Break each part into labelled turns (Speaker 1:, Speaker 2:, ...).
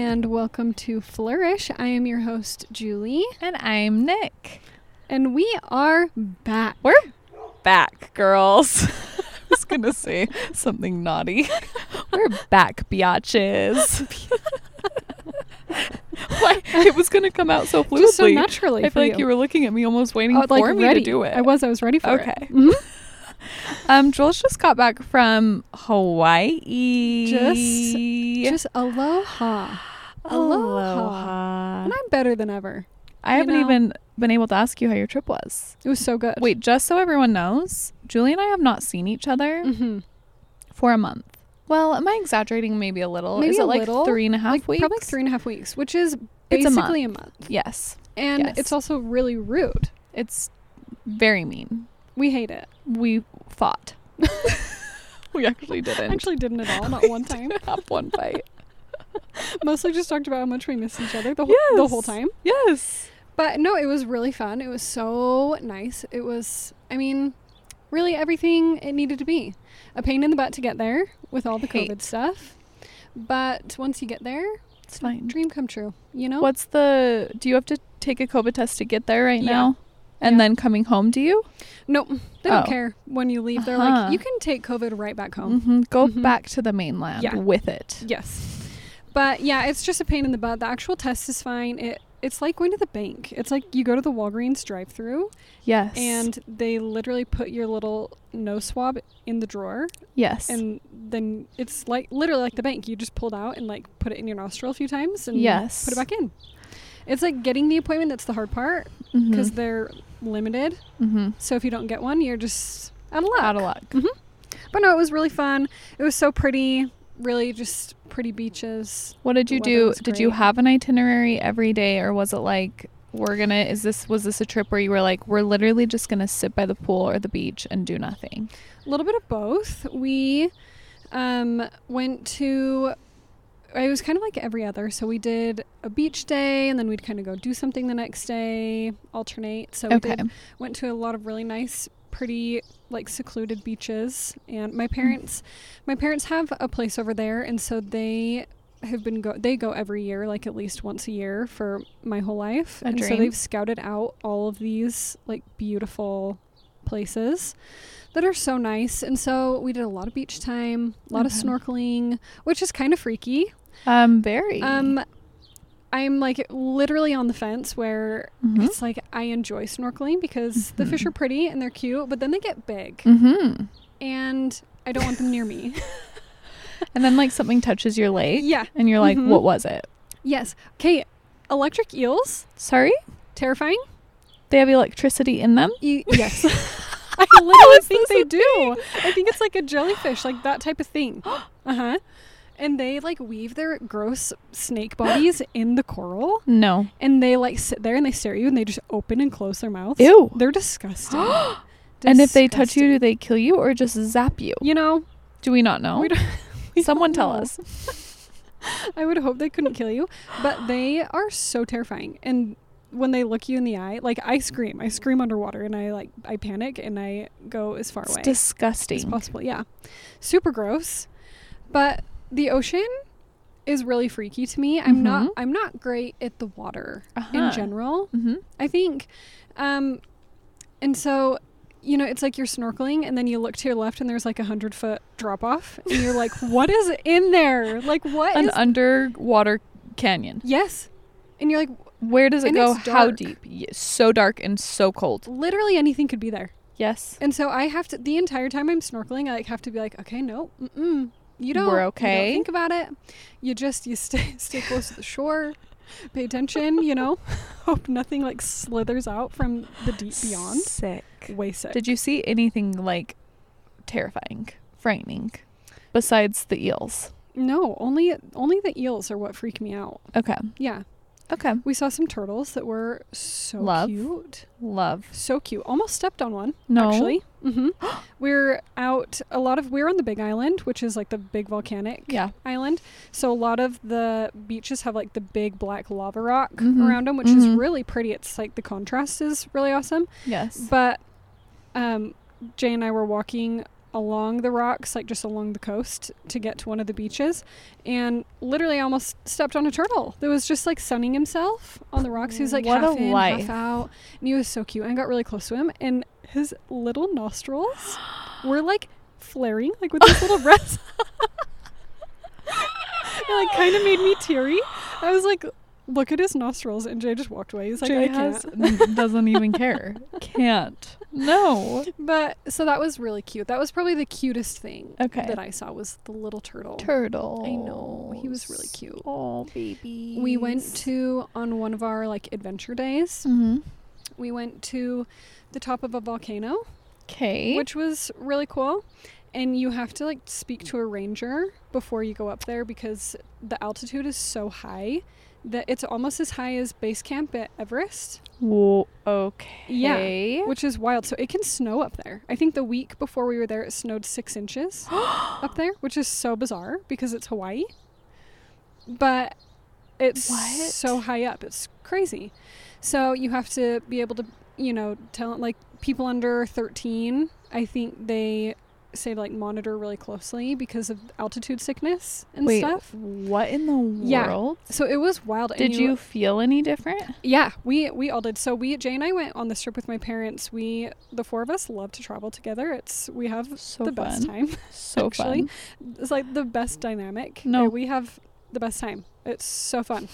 Speaker 1: welcome to Flourish. I am your host, Julie,
Speaker 2: And I'm Nick.
Speaker 1: and we are back.
Speaker 2: We're back, girls. I was going to say something naughty. We're back, biatches. Why? It was going to come out so fluidly.
Speaker 1: Just so naturally.
Speaker 2: I
Speaker 1: for
Speaker 2: feel like you. were looking at me almost waiting
Speaker 1: I was,
Speaker 2: for
Speaker 1: like,
Speaker 2: me
Speaker 1: ready.
Speaker 2: to do it.
Speaker 1: I was. I was ready for it. Mm-hmm.
Speaker 2: Okay.
Speaker 1: Mhm.
Speaker 2: Um, Jules just got back from Hawaii.
Speaker 1: Just, just aloha. Aloha.
Speaker 2: Aloha.
Speaker 1: And I'm better than ever.
Speaker 2: I haven't
Speaker 1: know.
Speaker 2: even been able to ask you how your trip was.
Speaker 1: It was so good.
Speaker 2: Wait, just so everyone knows, Julie and I have not seen each other
Speaker 1: hmm
Speaker 2: for a month. Well, am I exaggerating maybe a little?
Speaker 1: Maybe
Speaker 2: Is it
Speaker 1: a
Speaker 2: like
Speaker 1: little.
Speaker 2: three and a half
Speaker 1: like,
Speaker 2: weeks?
Speaker 1: Probably like three and a half weeks, which is
Speaker 2: It's a month.
Speaker 1: basically a month.
Speaker 2: Yes.
Speaker 1: And
Speaker 2: Yes.
Speaker 1: it's also really rude.
Speaker 2: It's very mean.
Speaker 1: We hate it.
Speaker 2: We fought. we actually didn't.
Speaker 1: Actually, didn't at all. Not one time.
Speaker 2: have one fight.
Speaker 1: Mostly just talked about how much we miss each other the, whole the whole
Speaker 2: Yes.
Speaker 1: time.
Speaker 2: Yes.
Speaker 1: But no, it was really fun. It was so nice. It was, I mean, really everything it needed to be. A pain in the butt to get there with all the
Speaker 2: Hate.
Speaker 1: COVID stuff. But once you get there,
Speaker 2: It's fine.
Speaker 1: dream come true, you know?
Speaker 2: What's the? Do you have to take a COVID test to get there right
Speaker 1: Yeah.
Speaker 2: now? And
Speaker 1: Yeah.
Speaker 2: then coming home, do you?
Speaker 1: Nope. They don't
Speaker 2: Oh.
Speaker 1: care when you leave. They're
Speaker 2: Uh-huh.
Speaker 1: like, you can take COVID right back home.
Speaker 2: hmm Go
Speaker 1: Mhm.
Speaker 2: back to the mainland
Speaker 1: Yeah.
Speaker 2: with it.
Speaker 1: Yes. But yeah, it's just a pain in the butt. The actual test is fine. It it's like going to the bank. It's like you go to the Walgreens drive-through
Speaker 2: Yes.
Speaker 1: and they literally put your little nose swab in the drawer
Speaker 2: yes.
Speaker 1: and then it's like literally like the bank you just pulled out and like put it in your nostril a few times and
Speaker 2: Yes.
Speaker 1: put it back in it's like getting the appointment that's the hard part
Speaker 2: Mm-hmm.
Speaker 1: because
Speaker 2: because
Speaker 1: they're limited
Speaker 2: mm-hmm.
Speaker 1: so if you don't get one you're just out of luck
Speaker 2: out of luck.
Speaker 1: but no it was really fun it was so pretty really just pretty beaches
Speaker 2: What did
Speaker 1: The
Speaker 2: you
Speaker 1: weather
Speaker 2: do?
Speaker 1: was
Speaker 2: Did you
Speaker 1: great.
Speaker 2: have an itinerary every day, or was it like we're gonna? Is this was this a trip where you were like we're literally just gonna sit by the pool or the beach and do nothing?
Speaker 1: a little bit of both we um, went to it was kind of like every other so we did a beach day and then we'd kind of go do something the next day alternate so we
Speaker 2: okay.
Speaker 1: did went to a lot of really nice pretty like secluded beaches and my parents my parents have a place over there and so they have been go they go every year like at least once a year for my whole life
Speaker 2: A
Speaker 1: and so
Speaker 2: dream.
Speaker 1: they've scouted out all of these like beautiful places that are so nice and so we did a lot of beach time a lot of
Speaker 2: Okay.
Speaker 1: snorkeling which is kind of freaky
Speaker 2: Um. Very.
Speaker 1: um, I'm like literally on the fence where
Speaker 2: Mhm.
Speaker 1: it's like I enjoy snorkeling because the fish are pretty and they're cute, but then they get big
Speaker 2: Mm-hmm.
Speaker 1: and I don't want them near me.
Speaker 2: And then like something touches your leg.
Speaker 1: Yeah.
Speaker 2: And you're like,
Speaker 1: Mhm.
Speaker 2: what was it?
Speaker 1: Yes. Okay. Electric eels,
Speaker 2: Sorry.
Speaker 1: terrifying.
Speaker 2: They have electricity in them.
Speaker 1: E- yes. I literally
Speaker 2: is
Speaker 1: think
Speaker 2: this
Speaker 1: they
Speaker 2: a
Speaker 1: do. I think it's like a jellyfish, like that type of thing. Uh huh. And they like weave their gross snake bodies in the coral
Speaker 2: No.
Speaker 1: and they like sit there and they stare at you and they just open and close their mouths.
Speaker 2: Ew.
Speaker 1: They're disgusting.
Speaker 2: And if they touch you,
Speaker 1: Disgusting.
Speaker 2: do they kill you or just zap you?
Speaker 1: you know,
Speaker 2: Do we not know?
Speaker 1: We don't- we
Speaker 2: Someone
Speaker 1: don't
Speaker 2: tell
Speaker 1: know.
Speaker 2: us.
Speaker 1: I would hope they couldn't kill you, but they are so terrifying. And when they look you in the eye, like I scream, I scream underwater, and I like I panic and I go as far
Speaker 2: It's
Speaker 1: away as
Speaker 2: disgusting.
Speaker 1: possible. Yeah, super gross. But the ocean is really freaky to me. I'm not
Speaker 2: Mhm.
Speaker 1: I'm not great at the water
Speaker 2: Uh-huh.
Speaker 1: in general.
Speaker 2: Mm-hmm.
Speaker 1: I think. Um, and so, you know, it's like you're snorkeling and then you look to your left and there's like a hundred foot drop off and you're like, what is in there? Like, what
Speaker 2: An
Speaker 1: is-
Speaker 2: underwater canyon.
Speaker 1: yes. And you're like,
Speaker 2: Where does it
Speaker 1: And
Speaker 2: go?
Speaker 1: it's
Speaker 2: How
Speaker 1: dark.
Speaker 2: deep? Y- So dark and so cold.
Speaker 1: literally anything could be there.
Speaker 2: Yes.
Speaker 1: And so I have to, the entire time I'm snorkeling, I like have to be like, okay, no, mm-mm, you don't.
Speaker 2: We're
Speaker 1: you don't
Speaker 2: okay."
Speaker 1: think about it. You just, you stay, stay close to the shore, pay attention, you know, hope nothing like slithers out from the deep beyond.
Speaker 2: Sick.
Speaker 1: Way sick.
Speaker 2: Did you see anything like terrifying, frightening, besides the eels?
Speaker 1: No, only only the eels are what freak me out.
Speaker 2: Okay.
Speaker 1: Yeah,
Speaker 2: Okay.
Speaker 1: we saw some turtles that were so
Speaker 2: Love.
Speaker 1: cute,
Speaker 2: Love.
Speaker 1: so cute. Almost stepped on one.
Speaker 2: No.
Speaker 1: Actually, hmm we're out a lot of. We're on the Big Island, which is like the big volcanic
Speaker 2: Yeah.
Speaker 1: island. So a lot of the beaches have like the big black lava rock
Speaker 2: Mhm.
Speaker 1: around them, which is
Speaker 2: Mhm.
Speaker 1: really pretty. It's like the contrast is really awesome.
Speaker 2: Yes.
Speaker 1: But um, Jay and I were walking along the rocks, like just along the coast to get to one of the beaches, and literally almost stepped on a turtle that was just like sunning himself on the rocks. He was like
Speaker 2: What
Speaker 1: half
Speaker 2: a
Speaker 1: in,
Speaker 2: life.
Speaker 1: half out, and he was so cute. And I got really close to him, and his little nostrils were like flaring, like with these little breaths. it like kind of made me teary. I was like, look at his nostrils, and Jay just walked away. He's like,
Speaker 2: Jay
Speaker 1: I can't.
Speaker 2: has doesn't even care. Can't. No.
Speaker 1: But so that was really cute. That was probably the cutest thing
Speaker 2: Okay.
Speaker 1: that I saw was the little turtle.
Speaker 2: Turtle.
Speaker 1: I know, he was really cute.
Speaker 2: Oh, baby.
Speaker 1: we went to on one of our like adventure days.
Speaker 2: Mm-hmm.
Speaker 1: We went to the top of a volcano,
Speaker 2: Okay.
Speaker 1: which was really cool. And you have to like speak to a ranger before you go up there because the altitude is so high that it's almost as high as base camp at Everest,
Speaker 2: Whoa, okay.
Speaker 1: which is wild. So it can snow up there. I think the week before we were there, it snowed six inches. up there, which is so bizarre because it's Hawaii. But it's
Speaker 2: What?
Speaker 1: so high up. It's crazy. So you have to be able to, you know, tell like people under 13, I think they say like monitor really closely because of altitude sickness and
Speaker 2: Wait,
Speaker 1: stuff.
Speaker 2: what in the
Speaker 1: Yeah.
Speaker 2: world?
Speaker 1: So it was wild. and
Speaker 2: Did you feel any different?
Speaker 1: Yeah, we we all did. So we Jay and I went on this trip with my parents. We the four of us love to travel together. It's we have
Speaker 2: So
Speaker 1: the best time.
Speaker 2: So
Speaker 1: actually.
Speaker 2: fun.
Speaker 1: It's like the best dynamic.
Speaker 2: No.
Speaker 1: Uh, we have the best time. It's so fun.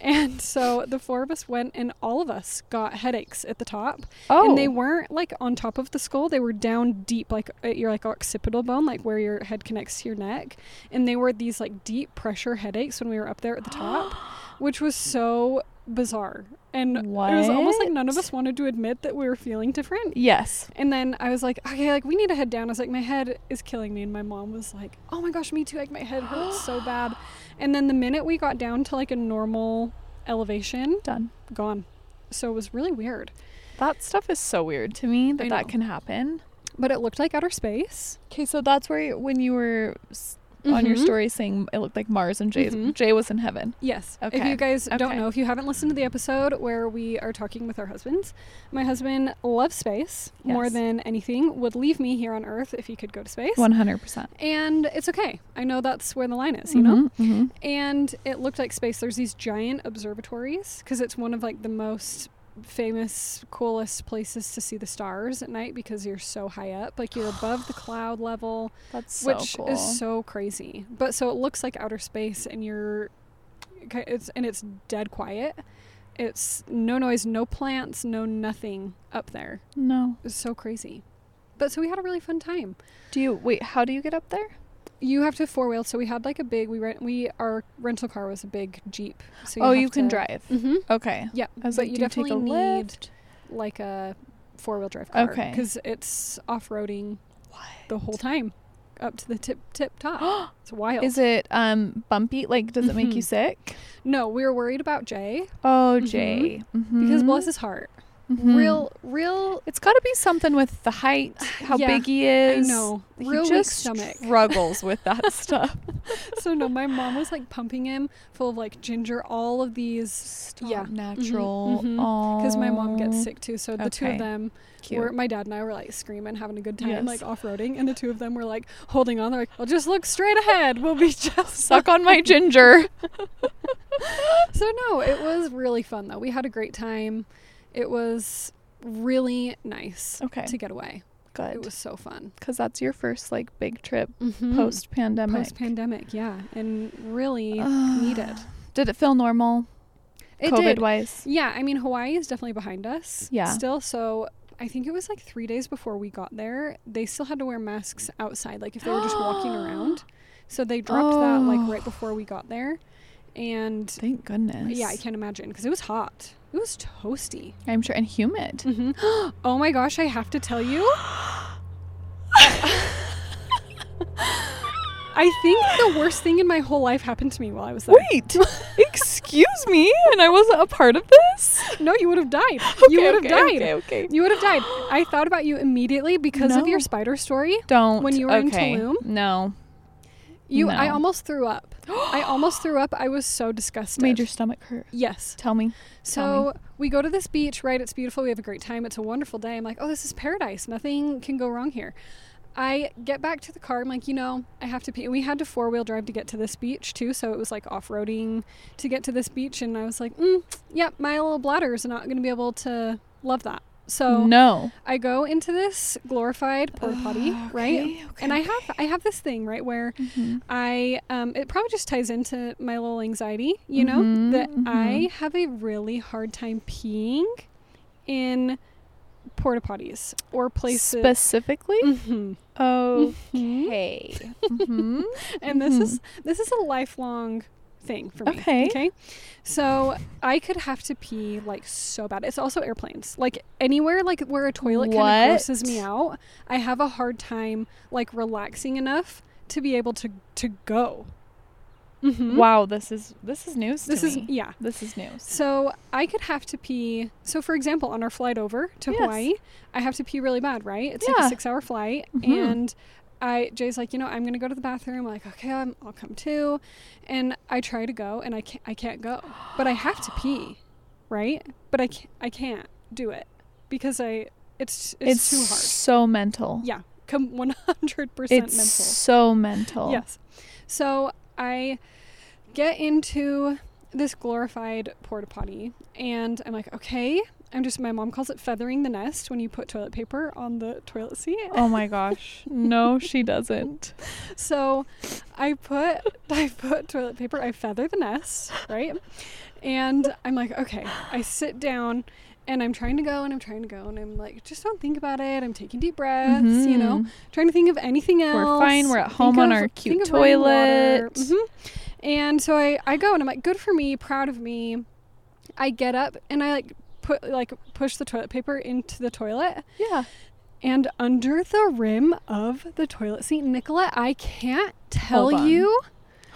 Speaker 1: And so the four of us went, and all of us got headaches at the top.
Speaker 2: Oh,
Speaker 1: And they weren't like on top of the skull, they were down deep, like at your like occipital bone, like where your head connects to your neck. And they were these like deep pressure headaches when we were up there at the top, which was so bizarre. And it was almost like none of
Speaker 2: What?
Speaker 1: us wanted to admit that we were feeling different.
Speaker 2: yes.
Speaker 1: And then I was like, okay, like we need to head down. I was like, my head is killing me. And my mom was like, oh my gosh, me too. Like my head hurts so bad. And then the minute we got down to like a normal elevation,
Speaker 2: Done.
Speaker 1: gone. So it was really weird.
Speaker 2: That stuff is so weird to me that
Speaker 1: I
Speaker 2: that
Speaker 1: know.
Speaker 2: can happen.
Speaker 1: But it looked like outer space.
Speaker 2: Okay, so that's where you, when you were s on your
Speaker 1: Mhm.
Speaker 2: story saying it looked like Mars and Jay's,
Speaker 1: Mhm.
Speaker 2: Jay was in heaven.
Speaker 1: Yes. If
Speaker 2: Okay.
Speaker 1: you guys
Speaker 2: Okay.
Speaker 1: don't know, if you haven't listened to the episode where we are talking with our husbands, my husband loves space more
Speaker 2: Yes.
Speaker 1: than anything, would leave me here on Earth if he could go to space.
Speaker 2: One hundred percent.
Speaker 1: And it's okay. I know that's where the line is,
Speaker 2: Mm-hmm.
Speaker 1: you know? and it looked like space there's these giant observatories because it's one of like the most famous coolest places to see the stars at night because you're so high up like you're above the cloud level
Speaker 2: That's so
Speaker 1: which
Speaker 2: cool.
Speaker 1: is so crazy but so it looks like outer space and you're ki- it's and it's dead quiet it's no noise no plants no nothing up there
Speaker 2: no.
Speaker 1: it's so crazy but so we had a really fun time
Speaker 2: Do you wait? How do you get up there?
Speaker 1: you have to four wheel. So we had like a big. We rent. We our rental car was a big Jeep. So
Speaker 2: oh, you can drive.
Speaker 1: Mm-hmm.
Speaker 2: Okay.
Speaker 1: Yeah,
Speaker 2: I was
Speaker 1: but
Speaker 2: like,
Speaker 1: you
Speaker 2: do you take a
Speaker 1: definitely need
Speaker 2: lift?
Speaker 1: like a four wheel drive car.
Speaker 2: Okay.
Speaker 1: Because it's off roading
Speaker 2: What?
Speaker 1: the whole time, up to the tip tip top. it's wild.
Speaker 2: Is it um bumpy? Like, does it make you
Speaker 1: Mhm.
Speaker 2: sick?
Speaker 1: no, we were worried about Jay
Speaker 2: Oh,
Speaker 1: Mhm.
Speaker 2: Jay.
Speaker 1: because
Speaker 2: Mhm.
Speaker 1: bless his heart,
Speaker 2: Mhm.
Speaker 1: real real.
Speaker 2: It's got to be something with the height, how
Speaker 1: Yeah,
Speaker 2: big he is.
Speaker 1: I know,
Speaker 2: He
Speaker 1: real weak
Speaker 2: just
Speaker 1: stomach.
Speaker 2: struggles with that stuff.
Speaker 1: so no, my mom was like pumping him full of like ginger, all of these.
Speaker 2: Stop
Speaker 1: Yeah.
Speaker 2: natural.
Speaker 1: mhm. Because Mm-hmm. my mom gets
Speaker 2: Aw,
Speaker 1: sick too, so the two
Speaker 2: Oh. Okay.
Speaker 1: of them were.
Speaker 2: Cute.
Speaker 1: My dad and I were like screaming, having a good time,
Speaker 2: Yes.
Speaker 1: like off roading, and the two of them were like holding on. They're like, "Well, just look straight ahead. We'll be just
Speaker 2: Suck on my ginger.
Speaker 1: So no, it was really fun though. We had a great time. It was really nice
Speaker 2: Okay,
Speaker 1: to get away. It
Speaker 2: good.
Speaker 1: was so fun.
Speaker 2: Because that's your first like big trip
Speaker 1: Mm-hmm.
Speaker 2: post pandemic.
Speaker 1: post pandemic, yeah, and really
Speaker 2: Ah.
Speaker 1: needed.
Speaker 2: Did it feel normal?
Speaker 1: It
Speaker 2: COVID
Speaker 1: did.
Speaker 2: wise.
Speaker 1: Yeah, I mean Hawaii is definitely behind us.
Speaker 2: Yeah.
Speaker 1: Still, so I think it was like three days before we got there. They still had to wear masks outside, like if they were just walking around. So they dropped that like
Speaker 2: Oh.
Speaker 1: right before we got there, and
Speaker 2: Thank goodness.
Speaker 1: yeah, I can't imagine because it was hot. It was toasty.
Speaker 2: I'm sure and humid.
Speaker 1: hmm Oh my gosh, I have to tell you. I think the worst thing in my whole life happened to me while I was there.
Speaker 2: Wait, excuse me, and I wasn't a part of this.
Speaker 1: No, you would have died. you would have died.
Speaker 2: Okay, okay.
Speaker 1: You would have died. I thought about you immediately because of
Speaker 2: No.
Speaker 1: your spider story.
Speaker 2: Don't.
Speaker 1: When you were in
Speaker 2: okay.
Speaker 1: Tulum?
Speaker 2: no,
Speaker 1: You, I
Speaker 2: No.
Speaker 1: almost threw up. I almost threw up. I was so disgusted.
Speaker 2: made your stomach hurt.
Speaker 1: Yes.
Speaker 2: Tell me. Tell
Speaker 1: So we go to this beach, right? It's beautiful. We have a great time. It's a wonderful day. I'm like, oh, this is paradise. Nothing can go wrong here. I get back to the car. I'm like, you know, I have to pee. We had to four wheel drive to get to this beach too, so it was like off roading to get to this beach. And I was like, mm, yep, my little bladder is not going to be able to love that. So
Speaker 2: no.
Speaker 1: I go into this glorified Oh. porta potty,
Speaker 2: Oh,
Speaker 1: right?
Speaker 2: okay, okay, Mm-hmm.
Speaker 1: and I
Speaker 2: okay.
Speaker 1: have I have this thing right where I um, it probably just ties into my little anxiety, you know,
Speaker 2: Mhm,
Speaker 1: that
Speaker 2: mhm.
Speaker 1: I have a really hard time peeing in porta potties or places.
Speaker 2: Specifically? Oh.
Speaker 1: Mhm.
Speaker 2: Hmm? Okay. Mhm.
Speaker 1: and this is this is a lifelong thing for me.
Speaker 2: Okay.
Speaker 1: Okay. So I could have to pee like so bad. It's also airplanes. Like anywhere like where a toilet kind
Speaker 2: What?
Speaker 1: of grosses me out, I have a hard time like relaxing enough to be able to to go. Mhm.
Speaker 2: Wow, this is this is news.
Speaker 1: This
Speaker 2: to
Speaker 1: is
Speaker 2: me.
Speaker 1: yeah.
Speaker 2: This is news.
Speaker 1: So I could have to pee. So for example, on our flight over to
Speaker 2: Yes.
Speaker 1: Hawaii, I have to pee really bad, right? It's like
Speaker 2: Yeah.
Speaker 1: a six-hour flight,
Speaker 2: Mhm.
Speaker 1: and I Jay's like, you know, I'm gonna go to the bathroom. like, okay, I'm, I'll come too, and I try to go, and I can't, I can't go, but I have to pee, right? But I can't, I can't do it because I, it's it's, too hard.
Speaker 2: so mental.
Speaker 1: Yeah, come 100 percent
Speaker 2: It's
Speaker 1: mental.
Speaker 2: so mental.
Speaker 1: Yes. So I get into this glorified porta potty and I'm like, okay, I'm just, my mom calls it feathering the nest when you put toilet paper on the toilet seat.
Speaker 2: Oh my gosh. No, she doesn't.
Speaker 1: So I put, I put toilet paper, I feather the nest, right? And I'm like, okay, I sit down and I'm trying to go and I'm trying to go and I'm like, just don't think about it. I'm taking deep breaths, you know?
Speaker 2: Mhm.
Speaker 1: trying to think of anything else.
Speaker 2: We're fine. We're at
Speaker 1: Think
Speaker 2: home on
Speaker 1: of-
Speaker 2: our cute
Speaker 1: think of running water.
Speaker 2: toilet.
Speaker 1: Mhm. And so I, I go and I'm like, good for me, proud of me. I get up and I like put like push the toilet paper into the toilet
Speaker 2: Yeah.
Speaker 1: and under the rim of the toilet seat, Nicola, I can't tell
Speaker 2: Hold on.
Speaker 1: you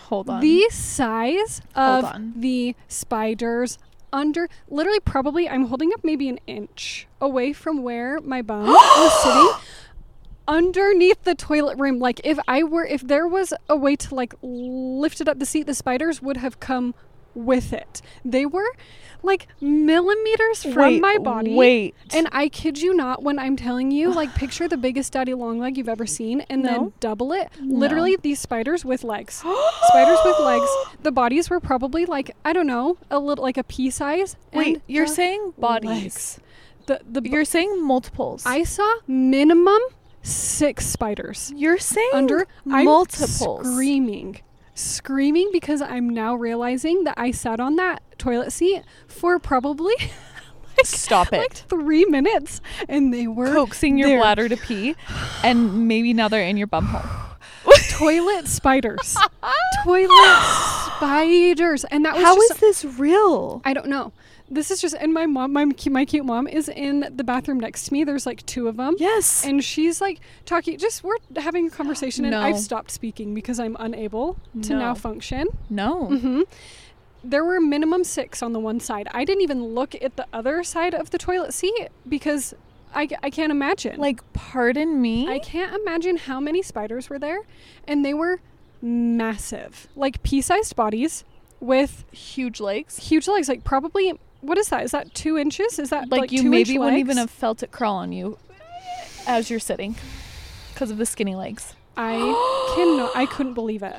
Speaker 2: Hold on.
Speaker 1: the size of
Speaker 2: Hold on.
Speaker 1: the spiders under literally probably I'm holding up maybe an inch away from where my bum was sitting underneath the toilet rim like if I were if there was a way to like lift it up the seat the spiders would have come with it they were like millimeters from
Speaker 2: Wait,
Speaker 1: my body
Speaker 2: Wait.
Speaker 1: and I kid you not when I'm telling you, like, picture the biggest daddy long leg you've ever seen and then
Speaker 2: No.
Speaker 1: double it. Literally, these spiders with legs. spiders with legs. The bodies were probably like, I don't know, a little, like a pea size.
Speaker 2: Wait,
Speaker 1: and
Speaker 2: you're
Speaker 1: the
Speaker 2: saying
Speaker 1: legs.
Speaker 2: bodies.
Speaker 1: The, the, bo-
Speaker 2: You're saying multiples.
Speaker 1: I saw minimum six spiders
Speaker 2: You're saying
Speaker 1: under I'm
Speaker 2: multiples.
Speaker 1: Screaming. Screaming because I'm now realizing that I sat on that toilet seat for probably
Speaker 2: Stop it.
Speaker 1: like three minutes and they were
Speaker 2: Coaxing your
Speaker 1: there.
Speaker 2: bladder to pee, and maybe now they're in your bum hole.
Speaker 1: toilet spiders. toilet spiders. And that was
Speaker 2: How
Speaker 1: just
Speaker 2: is this real?
Speaker 1: I don't know. This is just and my mom, my cu- my cute mom is in the bathroom next to me. There's like two of them.
Speaker 2: Yes.
Speaker 1: And she's like talking just we're having a conversation and
Speaker 2: No.
Speaker 1: I've stopped speaking because I'm unable to
Speaker 2: No.
Speaker 1: now function.
Speaker 2: no.
Speaker 1: Mhm. There were minimum 6 on the one side. I didn't even look at the other side of the toilet seat because I, I can't imagine.
Speaker 2: Like, pardon me.
Speaker 1: I can't imagine how many spiders were there, and they were massive, like pea-sized bodies with
Speaker 2: huge legs.
Speaker 1: huge legs. Like probably, what is that? Is that two inches? Is that
Speaker 2: Like,
Speaker 1: like,
Speaker 2: you
Speaker 1: two
Speaker 2: maybe
Speaker 1: inch
Speaker 2: wouldn't even
Speaker 1: legs?
Speaker 2: have felt it crawl on you as you're sitting because of the skinny legs.
Speaker 1: I cannot. I couldn't believe it.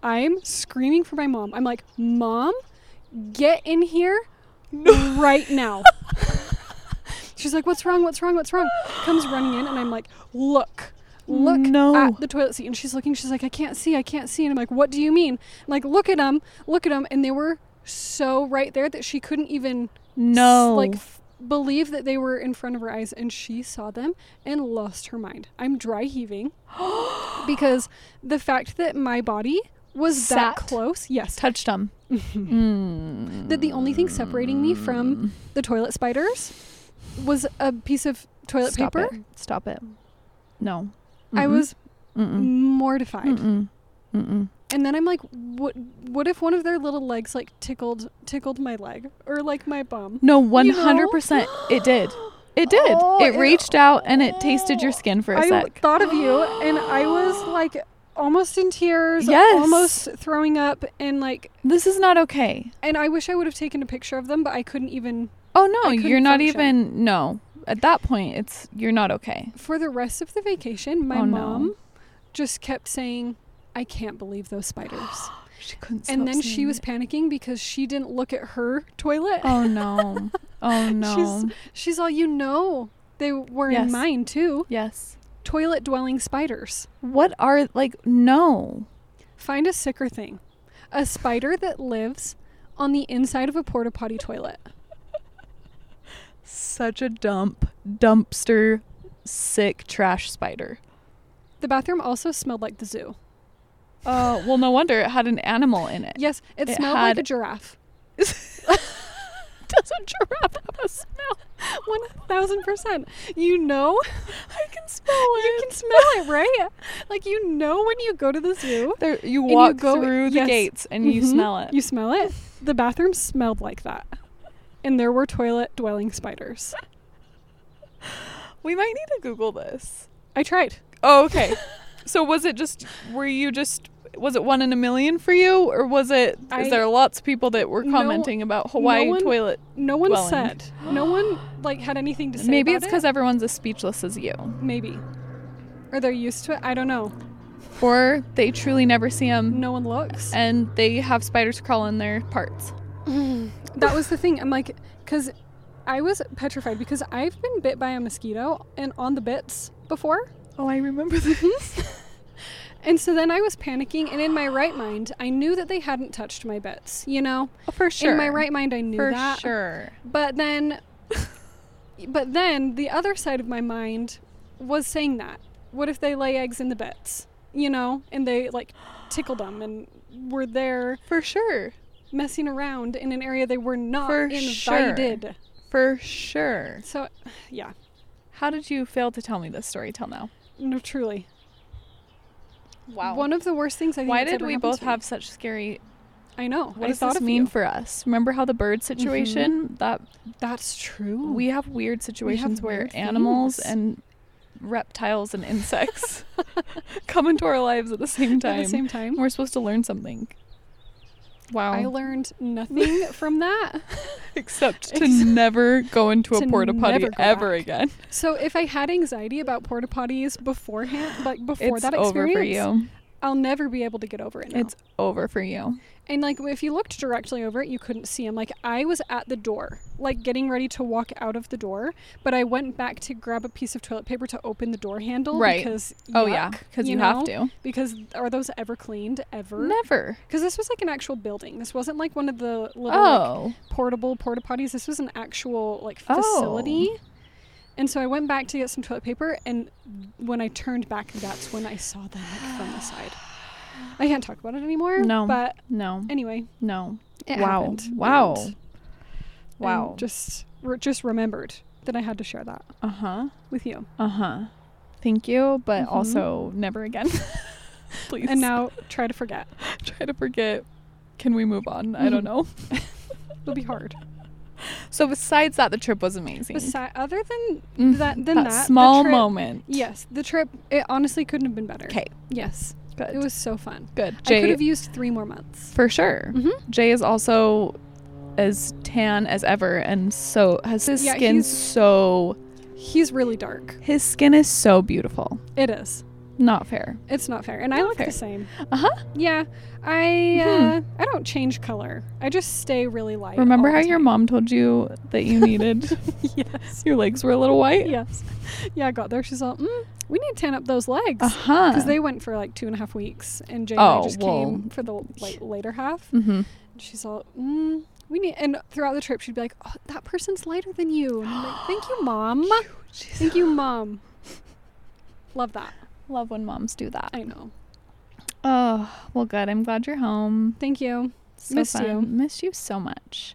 Speaker 1: I'm screaming for my mom. I'm like, Mom, get in here right now. She's like, What's wrong? What's wrong? What's wrong? Comes running in, and I'm like, Look. Look
Speaker 2: No.
Speaker 1: at the toilet seat, and she's looking. She's like, "I can't see, I can't see," and I'm like, "What do you mean?" I'm like, look at them, look at them, and they were so right there that she couldn't even s-
Speaker 2: No.
Speaker 1: like f- believe that they were in front of her eyes and she saw them and lost her mind i'm dry heaving because the fact that my body was
Speaker 2: Sat.
Speaker 1: that close yes
Speaker 2: touched them.
Speaker 1: that the only thing separating me
Speaker 2: Mm.
Speaker 1: from the toilet spiders was a piece of toilet
Speaker 2: Stop
Speaker 1: paper
Speaker 2: It. Stop it. No.
Speaker 1: i
Speaker 2: Mm-mm.
Speaker 1: was
Speaker 2: Mm-mm.
Speaker 1: mortified
Speaker 2: Mm. Mm-mm. Mm-mm.
Speaker 1: and then i'm like what what if one of their little legs like tickled tickled my leg or like my bum
Speaker 2: No, one hundred percent. It did. It did.
Speaker 1: Oh,
Speaker 2: it
Speaker 1: it-
Speaker 2: reached out and it tasted your skin for a
Speaker 1: I
Speaker 2: sec.
Speaker 1: thought of you, and I was like almost in tears,
Speaker 2: Yes.
Speaker 1: almost throwing up, and like,
Speaker 2: This is not okay.
Speaker 1: and I wish I would have taken a picture of them, but I couldn't even.
Speaker 2: Oh no,
Speaker 1: I couldn't
Speaker 2: you're not
Speaker 1: function.
Speaker 2: even. No, at that point, it's you're not okay.
Speaker 1: For the rest of the vacation, my
Speaker 2: Oh, no.
Speaker 1: mom just kept saying, I can't believe those spiders.
Speaker 2: She couldn't.
Speaker 1: and
Speaker 2: stop
Speaker 1: then she
Speaker 2: saying
Speaker 1: was
Speaker 2: it.
Speaker 1: panicking because she didn't look at her toilet.
Speaker 2: Oh no! Oh no!
Speaker 1: She's all, you know, they were in
Speaker 2: Yes.
Speaker 1: mine too.
Speaker 2: yes.
Speaker 1: Toilet dwelling spiders.
Speaker 2: What are like no?
Speaker 1: Find a sicker thing. A spider that lives on the inside of a porta potty toilet.
Speaker 2: Such a dump dumpster, sick trash spider.
Speaker 1: The bathroom also smelled like the zoo.
Speaker 2: Oh well, no wonder it had an animal in it.
Speaker 1: Yes, it,
Speaker 2: It
Speaker 1: smelled like
Speaker 2: had-
Speaker 1: a giraffe.
Speaker 2: Doesn't giraffe have a smell?
Speaker 1: One thousand percent. You know,
Speaker 2: I can smell it.
Speaker 1: you can smell it, right? Like you know when you go to the zoo,
Speaker 2: There, you
Speaker 1: you
Speaker 2: walk
Speaker 1: go-
Speaker 2: through the
Speaker 1: yes.
Speaker 2: gates and Mm-hmm. you
Speaker 1: Mhm.
Speaker 2: smell it.
Speaker 1: You smell it. The bathroom smelled like that, and there were toilet dwelling spiders.
Speaker 2: we might need to Google this.
Speaker 1: I tried.
Speaker 2: Oh, okay. so was it just were you just was it one in a million for you or was it? Is
Speaker 1: I-
Speaker 2: there lots of people that were
Speaker 1: No-
Speaker 2: commenting about Hawaii
Speaker 1: one
Speaker 2: toilet?
Speaker 1: No one
Speaker 2: Dwelling.
Speaker 1: said. No one like had anything to say.
Speaker 2: Maybe
Speaker 1: about
Speaker 2: it's because
Speaker 1: it.
Speaker 2: everyone's as speechless as you,
Speaker 1: maybe, or they're used to it. I don't know.
Speaker 2: or they truly never see them,
Speaker 1: No one looks.
Speaker 2: and they have spiders crawl in their parts.
Speaker 1: that was the thing. I'm like, because I was petrified because I've been bit by a mosquito and on the bits before.
Speaker 2: Oh, I remember this.
Speaker 1: And so then I was panicking, and in my right mind, I knew that they hadn't touched my bits. You know,
Speaker 2: for sure.
Speaker 1: in my right mind, I knew
Speaker 2: For
Speaker 1: that.
Speaker 2: sure.
Speaker 1: But then, but then the other side of my mind was saying that. What if they lay eggs in the bits? You know, and they like tickled them and were there
Speaker 2: For sure.
Speaker 1: messing around in an area they were not
Speaker 2: For
Speaker 1: invited.
Speaker 2: For sure.
Speaker 1: So, yeah,
Speaker 2: How did you fail to tell me this story till now?
Speaker 1: no, truly. One of the worst things I think
Speaker 2: Why
Speaker 1: that's
Speaker 2: did
Speaker 1: ever
Speaker 2: we
Speaker 1: happened
Speaker 2: both
Speaker 1: to me.
Speaker 2: have such scary?
Speaker 1: I know.
Speaker 2: What
Speaker 1: I
Speaker 2: does
Speaker 1: thought
Speaker 2: this
Speaker 1: of
Speaker 2: mean
Speaker 1: you.
Speaker 2: for us? Remember how the bird situation that
Speaker 1: That's true.
Speaker 2: we have weird situations where
Speaker 1: weird
Speaker 2: animals
Speaker 1: things.
Speaker 2: and reptiles and insects come into our lives at the same
Speaker 1: at
Speaker 2: time.
Speaker 1: the same time.
Speaker 2: We're supposed to learn something. Wow!
Speaker 1: I learned nothing from that.
Speaker 2: Except to
Speaker 1: Ex-
Speaker 2: never go into a
Speaker 1: to
Speaker 2: porta potty
Speaker 1: never go
Speaker 2: ever
Speaker 1: back.
Speaker 2: again.
Speaker 1: So if I had anxiety about porta potties beforehand, like before
Speaker 2: it's
Speaker 1: that
Speaker 2: over
Speaker 1: experience,
Speaker 2: for you.
Speaker 1: I'll never be able to get over it. Now.
Speaker 2: It's over for you.
Speaker 1: and like if you looked directly over it, you couldn't see him. Like I was at the door, like getting ready to walk out of the door, but I went back to grab a piece of toilet paper to open the door handle
Speaker 2: Right.
Speaker 1: because
Speaker 2: Oh yeah,
Speaker 1: yuck,
Speaker 2: because you, have
Speaker 1: know?
Speaker 2: to.
Speaker 1: because are those ever cleaned ever?
Speaker 2: Never.
Speaker 1: Because this was like an actual building. This wasn't like one of the little like,
Speaker 2: Oh,
Speaker 1: portable porta potties. This was an actual like
Speaker 2: Oh.
Speaker 1: facility. And so I went back to get some toilet paper, and when I turned back, that's when I saw the neck from the side. I can't talk about it anymore.
Speaker 2: No.
Speaker 1: but
Speaker 2: no,
Speaker 1: anyway,
Speaker 2: no.
Speaker 1: it
Speaker 2: wow,
Speaker 1: happened.
Speaker 2: wow,
Speaker 1: And- and
Speaker 2: wow.
Speaker 1: just re- just remembered that I had to share that
Speaker 2: uh huh.
Speaker 1: with you.
Speaker 2: Uh huh. Thank you, but
Speaker 1: Mhm.
Speaker 2: also never again. Please.
Speaker 1: And now try to forget.
Speaker 2: try to forget. Can we move on? I
Speaker 1: Mhm.
Speaker 2: don't know.
Speaker 1: It'll be hard.
Speaker 2: So besides that, the trip was amazing.
Speaker 1: Besi- other than
Speaker 2: Mm,
Speaker 1: that, than that the
Speaker 2: small
Speaker 1: trip-
Speaker 2: moment.
Speaker 1: Yes, the trip it honestly couldn't have been better.
Speaker 2: 'Kay.
Speaker 1: Yes,
Speaker 2: Good.
Speaker 1: it was so fun.
Speaker 2: good.
Speaker 1: I could
Speaker 2: Jay,
Speaker 1: have used three more months.
Speaker 2: for sure.
Speaker 1: Mm-hmm.
Speaker 2: Jay is also as tan as ever, and so has his
Speaker 1: Yeah,
Speaker 2: skin
Speaker 1: he's-
Speaker 2: so.
Speaker 1: He's really dark.
Speaker 2: His skin is so beautiful.
Speaker 1: It is.
Speaker 2: Not fair.
Speaker 1: It's not fair. And I
Speaker 2: Not
Speaker 1: look the
Speaker 2: fair.
Speaker 1: same.
Speaker 2: Uh-huh. Hmm.
Speaker 1: Yeah. I uh, I don't change color. I just stay really light.
Speaker 2: Remember
Speaker 1: all
Speaker 2: how
Speaker 1: the
Speaker 2: your
Speaker 1: time.
Speaker 2: mom told you that you needed
Speaker 1: yes.
Speaker 2: your legs were a little white?
Speaker 1: Yes. Yeah, I got there. She's all, mm, we need to tan up those legs.
Speaker 2: Uh
Speaker 1: Because
Speaker 2: huh.
Speaker 1: they went for like two and a half weeks. And Jane and
Speaker 2: Oh,
Speaker 1: I just
Speaker 2: well.
Speaker 1: came for the like, later half.
Speaker 2: Mm-hmm.
Speaker 1: And she's all, mm, we need. And throughout the trip, she'd be like, oh, that person's lighter than you. And I'm like, thank you, mom. Thank you, mom. Love that.
Speaker 2: Love when moms do that.
Speaker 1: I know.
Speaker 2: Oh, well, good. I'm glad you're home.
Speaker 1: Thank you.
Speaker 2: So
Speaker 1: Missed
Speaker 2: fun.
Speaker 1: you.
Speaker 2: Missed you so much.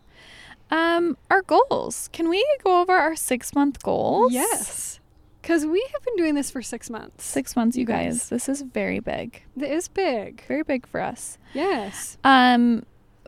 Speaker 2: Um, our goals. Can we go over our six month goals?
Speaker 1: Yes. Because we have been doing this for six months.
Speaker 2: Six months, you,
Speaker 1: You guys.
Speaker 2: guys. This is very big,
Speaker 1: That is big.
Speaker 2: very big for us.
Speaker 1: Yes.
Speaker 2: Um,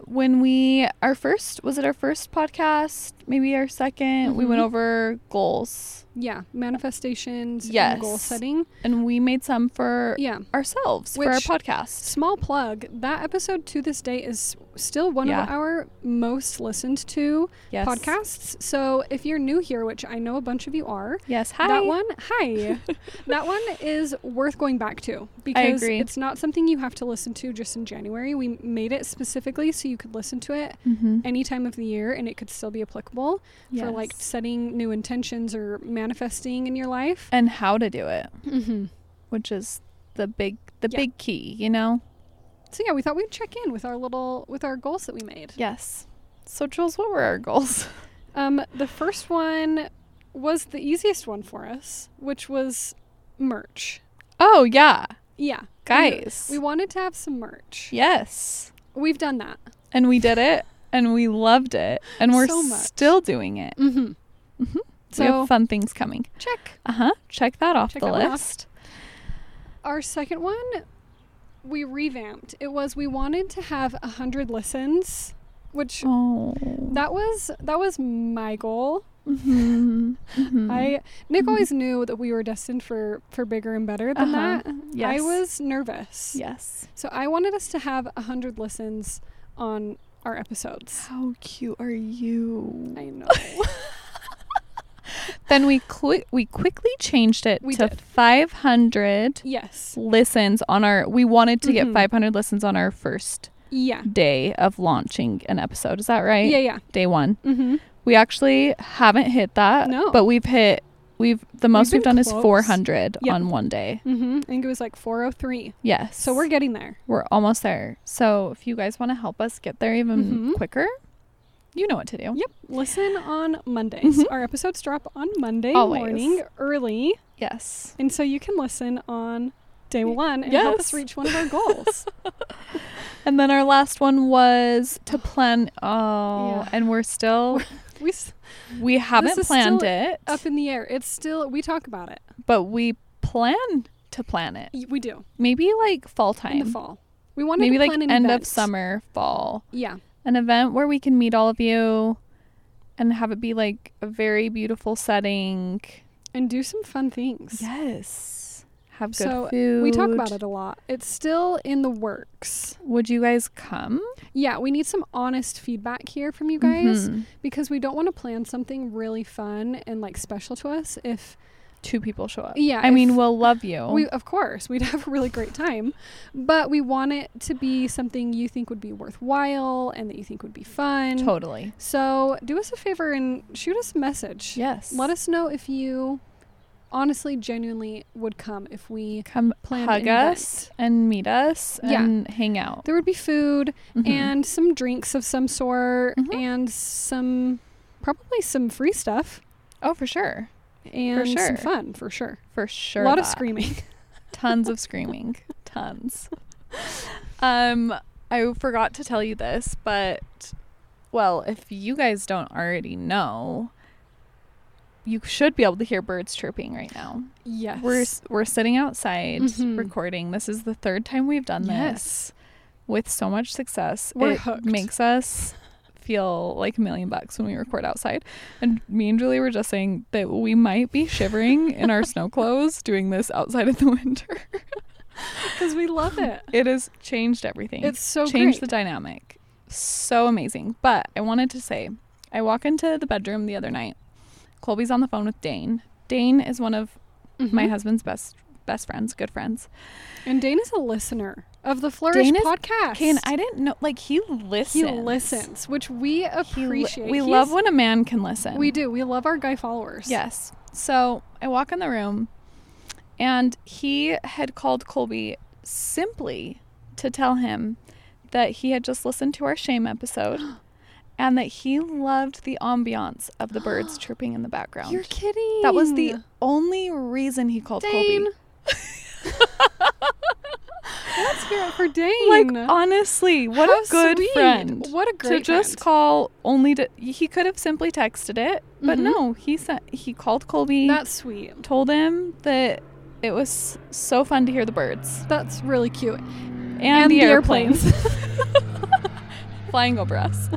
Speaker 2: when we our first was it our first podcast maybe our 2nd We went
Speaker 1: Mhm.
Speaker 2: over goals
Speaker 1: Yeah, manifestations and goal
Speaker 2: Yes.
Speaker 1: setting.
Speaker 2: and we made some for
Speaker 1: Yeah.
Speaker 2: ourselves for our
Speaker 1: Which-
Speaker 2: podcast.
Speaker 1: Small plug, that episode to this day is still one
Speaker 2: Yeah.
Speaker 1: of our most listened to
Speaker 2: Yes.
Speaker 1: podcasts. So if you're new here, which I know a bunch of you are,
Speaker 2: Yes. Hi.
Speaker 1: That one, hi. that one is worth going back to because
Speaker 2: agree.
Speaker 1: it's not something you have to listen to just in January. We made it specifically so you could listen to it
Speaker 2: Mm-hmm.
Speaker 1: any time of the year and it could still be applicable for like setting new intentions or manifesting in your life.
Speaker 2: and how to do it,
Speaker 1: Mm-hmm.
Speaker 2: which is the big the
Speaker 1: Yeah.
Speaker 2: big key, you know.
Speaker 1: So yeah, we thought we'd check in with our little with our goals that we made.
Speaker 2: Yes. So Jules, what were our goals?
Speaker 1: Um, the first one was the easiest one for us, which was merch.
Speaker 2: Oh yeah,
Speaker 1: Yeah,
Speaker 2: guys.
Speaker 1: we wanted to have some merch.
Speaker 2: yes,
Speaker 1: We've done that.
Speaker 2: and we did it, and we loved it, and we're
Speaker 1: So much.
Speaker 2: still doing it.
Speaker 1: Mm-hmm.
Speaker 2: Mhm. we
Speaker 1: So
Speaker 2: have fun things coming.
Speaker 1: check.
Speaker 2: Uh huh. Check that off
Speaker 1: Check
Speaker 2: the
Speaker 1: that one off.
Speaker 2: list.
Speaker 1: Our second one, we revamped. It was we wanted to have a hundred listens, which
Speaker 2: Oh.
Speaker 1: that was that was my goal.
Speaker 2: hmm
Speaker 1: I
Speaker 2: Mm-hmm.
Speaker 1: Nick always knew that we were destined for for bigger and better than
Speaker 2: Uh-huh.
Speaker 1: that. I
Speaker 2: Yes.
Speaker 1: was nervous,
Speaker 2: Yes.
Speaker 1: so I wanted us to have a hundred listens on our episodes.
Speaker 2: How cute are you?
Speaker 1: I know.
Speaker 2: Then we cli- we quickly changed it
Speaker 1: We
Speaker 2: to
Speaker 1: did.
Speaker 2: 500
Speaker 1: yes.
Speaker 2: listens on our we wanted to
Speaker 1: Mhm.
Speaker 2: get 500 listens on our first
Speaker 1: Yeah.
Speaker 2: day of launching an episode. Is that right?
Speaker 1: Yeah. Yeah.
Speaker 2: Day 1.
Speaker 1: Mm-hmm.
Speaker 2: We actually haven't hit that,
Speaker 1: No.
Speaker 2: but we've hit we've the most
Speaker 1: We've
Speaker 2: we've,
Speaker 1: been
Speaker 2: done
Speaker 1: close.
Speaker 2: is 400
Speaker 1: Yep.
Speaker 2: on one day.
Speaker 1: Mm-hmm. I think it was like 403.
Speaker 2: Yes.
Speaker 1: So we're getting there.
Speaker 2: we're almost there. So if you guys want to help us get there even
Speaker 1: Mhm.
Speaker 2: quicker, you know what to do.
Speaker 1: Yep. Listen on Mondays.
Speaker 2: Mhm.
Speaker 1: Our episodes drop on Monday
Speaker 2: Always.
Speaker 1: morning early,
Speaker 2: Yes.
Speaker 1: and so you can listen on day one and help us
Speaker 2: Yes.
Speaker 1: reach one of our goals.
Speaker 2: And then our last one was to plan oh
Speaker 1: Yeah.
Speaker 2: and we're still
Speaker 1: we s-
Speaker 2: we haven't
Speaker 1: is
Speaker 2: planned
Speaker 1: still
Speaker 2: it,
Speaker 1: up in the air. It's still we talk about it.
Speaker 2: but we plan to plan it.
Speaker 1: Y- We do
Speaker 2: Maybe like fall time.
Speaker 1: in the fall. We want
Speaker 2: Maybe
Speaker 1: to
Speaker 2: like
Speaker 1: plan an
Speaker 2: end
Speaker 1: event.
Speaker 2: of summer, fall.
Speaker 1: Yeah,
Speaker 2: An event where we can meet all of you and have it be like a very beautiful setting.
Speaker 1: and do some fun things.
Speaker 2: Yes. Have good
Speaker 1: So,
Speaker 2: food.
Speaker 1: We talk about it a lot. It's still in the works.
Speaker 2: Would you guys come?
Speaker 1: Yeah, we need some honest feedback here from you guys
Speaker 2: Mhm.
Speaker 1: because we don't want to plan something really fun and like special to us if
Speaker 2: two people show up.
Speaker 1: Yeah,
Speaker 2: I mean,
Speaker 1: if-
Speaker 2: we'll love you.
Speaker 1: We of course we'd have a really great time, but we want it to be something you think would be worthwhile and that you think would be fun.
Speaker 2: totally.
Speaker 1: So do us a favor and shoot us a message.
Speaker 2: Yes.
Speaker 1: Let us know if you honestly, genuinely would come if we.
Speaker 2: come
Speaker 1: plan
Speaker 2: hug
Speaker 1: an
Speaker 2: us and meet us
Speaker 1: Yeah.
Speaker 2: and hang out.
Speaker 1: There would be food
Speaker 2: Mhm.
Speaker 1: and some drinks of some sort
Speaker 2: Mhm.
Speaker 1: and some probably some free stuff
Speaker 2: oh, for sure,
Speaker 1: and some
Speaker 2: sure.
Speaker 1: fun for sure.
Speaker 2: for sure,
Speaker 1: a lot of
Speaker 2: that.
Speaker 1: screaming.
Speaker 2: tons of screaming, tons. Um, I forgot to tell you this, but well, if you guys don't already know. You should be able to hear birds chirping right now.
Speaker 1: yes.
Speaker 2: We're s- we're sitting outside
Speaker 1: Mhm.
Speaker 2: recording. This is the third time we've done this.
Speaker 1: yes.
Speaker 2: with so much success.
Speaker 1: We're
Speaker 2: it
Speaker 1: hooked.
Speaker 2: makes us feel like a million bucks when we record outside. And me and Julie were just saying that we might be shivering in our snow clothes doing this outside in the winter.
Speaker 1: Because we love it.
Speaker 2: It has changed everything.
Speaker 1: It's so
Speaker 2: changed the
Speaker 1: great.
Speaker 2: dynamic. So amazing. But I wanted to say, I walk into the bedroom the other night. Colby's on the phone with Dane. Dane is one of my
Speaker 1: Mhm.
Speaker 2: husband's best best friends, good friends.
Speaker 1: And Dane is a listener of the Flourish
Speaker 2: Dane is-
Speaker 1: podcast.
Speaker 2: Kane, I didn't know like he listens.
Speaker 1: he listens, which we
Speaker 2: He li-
Speaker 1: appreciate.
Speaker 2: we
Speaker 1: He's-
Speaker 2: love when a man can listen.
Speaker 1: we do. We love our guy followers.
Speaker 2: Yes. So I walk in the room, and he had called Colby simply to tell him that he had just listened to our shame episode, and that he loved the ambiance of the birds chirping in the background.
Speaker 1: You're kidding.
Speaker 2: that was the only reason he called
Speaker 1: Dane.
Speaker 2: Colby.
Speaker 1: Let's hear it for Dane.
Speaker 2: Like honestly, what
Speaker 1: How
Speaker 2: a good
Speaker 1: sweet.
Speaker 2: friend.
Speaker 1: What a
Speaker 2: to
Speaker 1: great
Speaker 2: just
Speaker 1: friend.
Speaker 2: call only to he could have simply texted it, but
Speaker 1: Mhm.
Speaker 2: no, he sent he called Colby.
Speaker 1: That's sweet.
Speaker 2: told him that it was so fun to hear the birds
Speaker 1: That's really cute.
Speaker 2: and, the, airplanes. flying over us.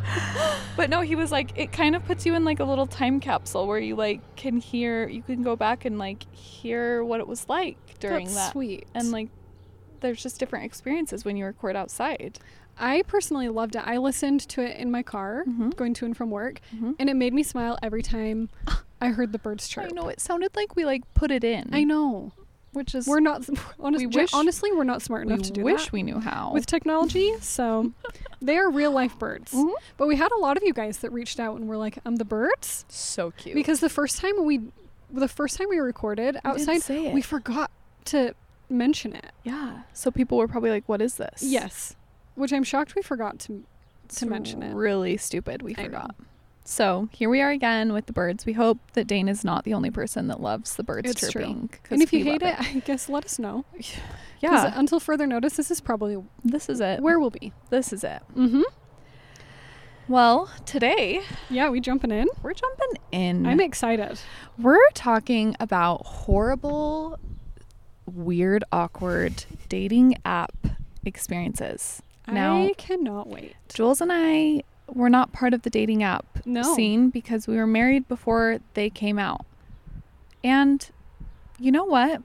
Speaker 2: but no, he was like, it kind of puts you in like a little time capsule where you like can hear, you can go back and like hear what it was like during
Speaker 1: That's
Speaker 2: that.
Speaker 1: sweet.
Speaker 2: And like, there's just different experiences when you record outside.
Speaker 1: I personally loved it. I listened to it in my car
Speaker 2: Mhm.
Speaker 1: going to and from work,
Speaker 2: Mhm.
Speaker 1: and it made me smile every time I heard the birds chirp.
Speaker 2: I know it sounded like we like put it in,
Speaker 1: I know.
Speaker 2: which is
Speaker 1: We're not honest,
Speaker 2: We
Speaker 1: gen-
Speaker 2: wish-
Speaker 1: honestly we're not smart
Speaker 2: we
Speaker 1: enough to do
Speaker 2: wish
Speaker 1: that
Speaker 2: we knew how.
Speaker 1: with technology. So they are real life birds.
Speaker 2: Mhm.
Speaker 1: But we had a lot of you guys that reached out and were like, "I'm the birds,"
Speaker 2: so cute.
Speaker 1: because the first time we, the first time we recorded outside,
Speaker 2: say it.
Speaker 1: we forgot to mention it.
Speaker 2: yeah. So people were probably like, "What is this?"
Speaker 1: Yes, which I'm shocked we forgot to to mention it.
Speaker 2: Really stupid. We
Speaker 1: I know.
Speaker 2: forgot. So here we are again with the birds. We hope that Dane is not the only person that loves the birds
Speaker 1: It's true.
Speaker 2: chirping. 'cause
Speaker 1: And if you
Speaker 2: we
Speaker 1: hate
Speaker 2: love
Speaker 1: it, I guess let us know. 'Cause
Speaker 2: yeah,
Speaker 1: Until further notice, this is probably
Speaker 2: this is it.
Speaker 1: where we'll be.
Speaker 2: this is it.
Speaker 1: Mm-hmm.
Speaker 2: Well, today
Speaker 1: Yeah, we jumping in.
Speaker 2: we're jumping in.
Speaker 1: I'm excited.
Speaker 2: We're talking about horrible, weird, awkward dating app experiences. Now,
Speaker 1: I cannot wait.
Speaker 2: Jules and I were not part of the dating app
Speaker 1: No.
Speaker 2: scene because we were married before they came out. And you know what?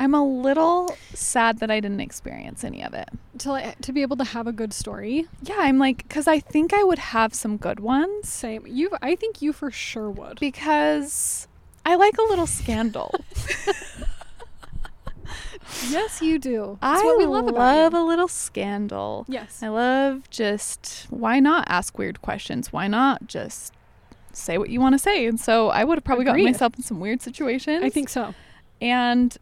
Speaker 2: I'm a little sad that I didn't experience any of it.
Speaker 1: To, like, to be able to have a good story,
Speaker 2: Yeah, I'm like, because I think I would have some good ones
Speaker 1: same. You, I think you for sure would.
Speaker 2: because I like a little scandal.
Speaker 1: Yes, you do. That's
Speaker 2: I
Speaker 1: what we love, about you.
Speaker 2: a little scandal.
Speaker 1: Yes.
Speaker 2: I love just why not ask weird questions? Why not just say what you want to say? And so I would have probably gotten
Speaker 1: Agreed.
Speaker 2: myself in some weird situations.
Speaker 1: I think so.
Speaker 2: And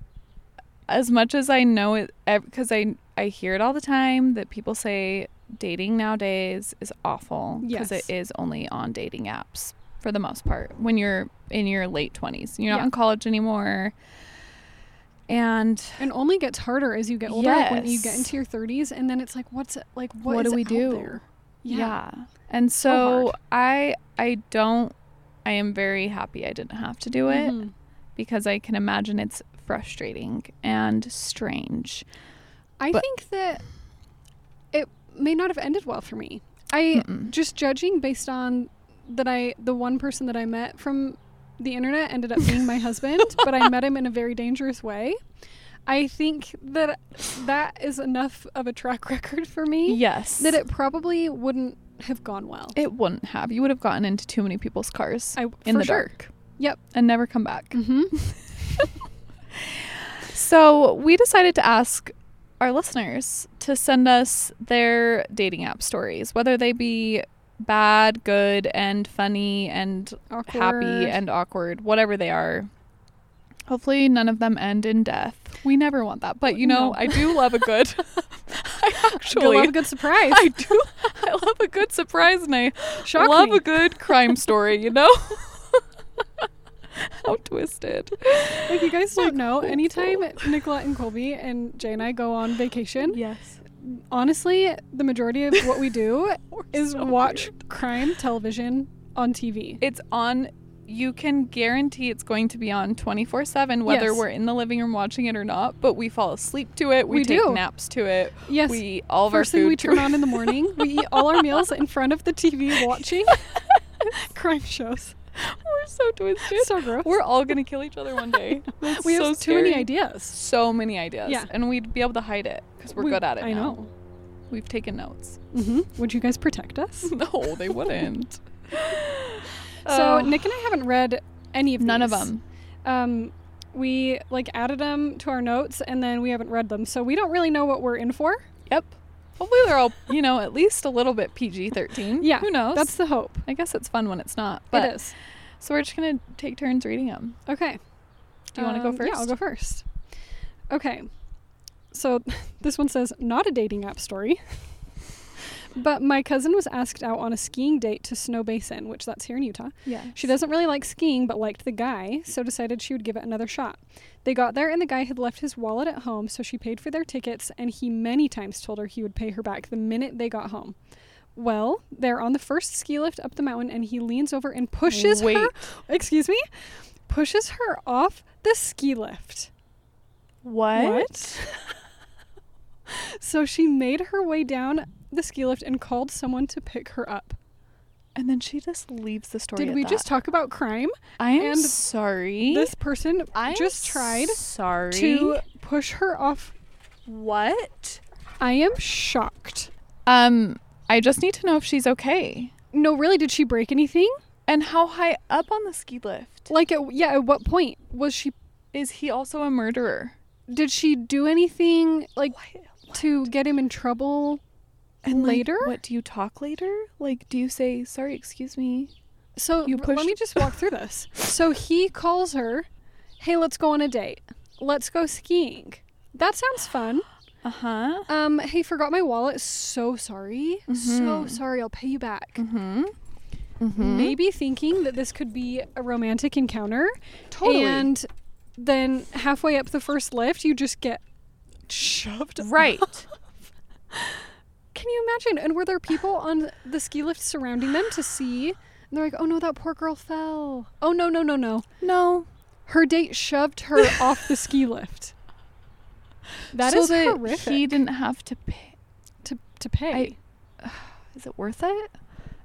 Speaker 2: as much as I know it, because I I hear it all the time that people say dating nowadays is awful because
Speaker 1: Yes.
Speaker 2: it is only on dating apps for the most part when you're in your late twenties. You're not
Speaker 1: Yeah.
Speaker 2: in college anymore. And
Speaker 1: And only gets harder as you get older like, when you get
Speaker 2: Yes.
Speaker 1: into your 30s and then it's like what's it like
Speaker 2: What
Speaker 1: what
Speaker 2: do
Speaker 1: is
Speaker 2: we
Speaker 1: out
Speaker 2: do?
Speaker 1: there?
Speaker 2: Yeah. And
Speaker 1: So
Speaker 2: so, I I don't I am very happy I didn't have to do it
Speaker 1: Mhm.
Speaker 2: because I can imagine it's frustrating and strange.
Speaker 1: I
Speaker 2: But-
Speaker 1: think that it may not have ended well for me. I
Speaker 2: Mm-mm.
Speaker 1: just judging based on that I the one person that I met from the internet ended up being my husband, but I met him in a very dangerous way. I think that that is enough of a track record for me
Speaker 2: Yes.
Speaker 1: that it probably wouldn't have gone well.
Speaker 2: it wouldn't have. You would have gotten into too many people's cars
Speaker 1: I
Speaker 2: in
Speaker 1: for
Speaker 2: the
Speaker 1: sure.
Speaker 2: dark.
Speaker 1: Yep.
Speaker 2: And never come back.
Speaker 1: Mm-hmm.
Speaker 2: So we decided to ask our listeners to send us their dating app stories, whether they be bad, good, and funny and happy and awkward, whatever they are. Hopefully, none of them end in death. We never want that, but you know,
Speaker 1: No.
Speaker 2: I do love a good. I
Speaker 1: You'll
Speaker 2: actually,
Speaker 1: have a good surprise.
Speaker 2: I do. I love a good surprise, and I
Speaker 1: Shock
Speaker 2: love
Speaker 1: me.
Speaker 2: a good crime story. You know, how twisted.
Speaker 1: If you guys don't know,
Speaker 2: hopeful.
Speaker 1: anytime Nicolette and Colby and Jay and I go on vacation,
Speaker 2: Yes.
Speaker 1: honestly, the majority of what we do is
Speaker 2: so
Speaker 1: watch crime television on TV.
Speaker 2: It's on. You can guarantee it's going to be on 24 7, whether
Speaker 1: Yes.
Speaker 2: we're in the living room watching it or not, but we fall asleep to it. We,
Speaker 1: We
Speaker 2: take
Speaker 1: do.
Speaker 2: naps to it.
Speaker 1: yes.
Speaker 2: We eat all of our
Speaker 1: First thing
Speaker 2: food
Speaker 1: we
Speaker 2: to
Speaker 1: turn on in the morning, we eat all our meals in front of the TV watching crime shows.
Speaker 2: We're so twisted.
Speaker 1: So gross.
Speaker 2: We're all gonna kill each other one day. That's
Speaker 1: we
Speaker 2: so
Speaker 1: have too many
Speaker 2: scary.
Speaker 1: ideas.
Speaker 2: So many ideas.
Speaker 1: Yeah.
Speaker 2: And we'd be able to hide it because we're
Speaker 1: We-
Speaker 2: good at it.
Speaker 1: I
Speaker 2: now.
Speaker 1: know.
Speaker 2: We've taken notes.
Speaker 1: hmm Would you guys protect us?
Speaker 2: no, they wouldn't.
Speaker 1: so
Speaker 2: Oh.
Speaker 1: Nick and I haven't read any of
Speaker 2: none of
Speaker 1: these.
Speaker 2: them.
Speaker 1: um, we like added them to our notes and then we haven't read them so we don't really know what we're in for
Speaker 2: Yep. Hopefully they're all, you know, at least a little bit PG thirteen.
Speaker 1: yeah
Speaker 2: Who knows?
Speaker 1: that's the hope
Speaker 2: I guess it's fun when it's not. But
Speaker 1: it is
Speaker 2: so we're just gonna take turns reading them.
Speaker 1: okay
Speaker 2: Do you want to go
Speaker 1: Um,
Speaker 2: first?
Speaker 1: yeah i'll go first okay so this one says not a dating app story but my cousin was asked out on a skiing date to snow basin which that's here in utah
Speaker 2: Yeah.
Speaker 1: She doesn't really like skiing, but liked the guy, so decided she would give it another shot. They got there, and the guy had left his wallet at home, so she paid for their tickets, and he many times told her he would pay her back the minute they got home. Well, they're on the first ski lift up the mountain, and he leans over and pushes
Speaker 2: Wait.
Speaker 1: her. Excuse me, pushes her off the ski lift.
Speaker 2: What?
Speaker 1: So she made her way down the ski lift and called someone to pick her up.
Speaker 2: And then she just leaves the story.
Speaker 1: Did
Speaker 2: at
Speaker 1: we
Speaker 2: that.
Speaker 1: just talk about crime?
Speaker 2: I am
Speaker 1: and
Speaker 2: sorry.
Speaker 1: This person
Speaker 2: I am
Speaker 1: just tried
Speaker 2: Sorry.
Speaker 1: to push her off.
Speaker 2: what?
Speaker 1: I am shocked.
Speaker 2: Um, I just need to know if she's okay
Speaker 1: No, really, did she break anything?
Speaker 2: and how high up on the ski lift
Speaker 1: Like, at, yeah, at what point was she?
Speaker 2: is he. Also a murderer.
Speaker 1: Did she do anything like to get him in trouble?
Speaker 2: And like,
Speaker 1: Later?
Speaker 2: what do you talk later? Like, do you say sorry? Excuse me.
Speaker 1: So
Speaker 2: You
Speaker 1: r- let me
Speaker 2: pushed-
Speaker 1: just walk through this. So he calls her, "Hey, let's go on a date. Let's go skiing. That sounds fun."
Speaker 2: Uh huh.
Speaker 1: Um, hey, forgot my wallet. So sorry. So sorry. I'll pay you back.
Speaker 2: Mm-hmm.
Speaker 1: Maybe thinking that this could be a romantic encounter.
Speaker 2: Totally.
Speaker 1: And then halfway up the first lift, you just get shoved.
Speaker 2: Right.
Speaker 1: Can you imagine? And were there people on the ski lift surrounding them to see? And they're like, oh no, that poor girl fell. Oh no, no, no, no.
Speaker 2: no.
Speaker 1: Her date shoved her off the ski lift. That
Speaker 2: so
Speaker 1: is
Speaker 2: that
Speaker 1: horrific.
Speaker 2: He didn't have to pay.
Speaker 1: to, to pay.
Speaker 2: I- Is it worth it?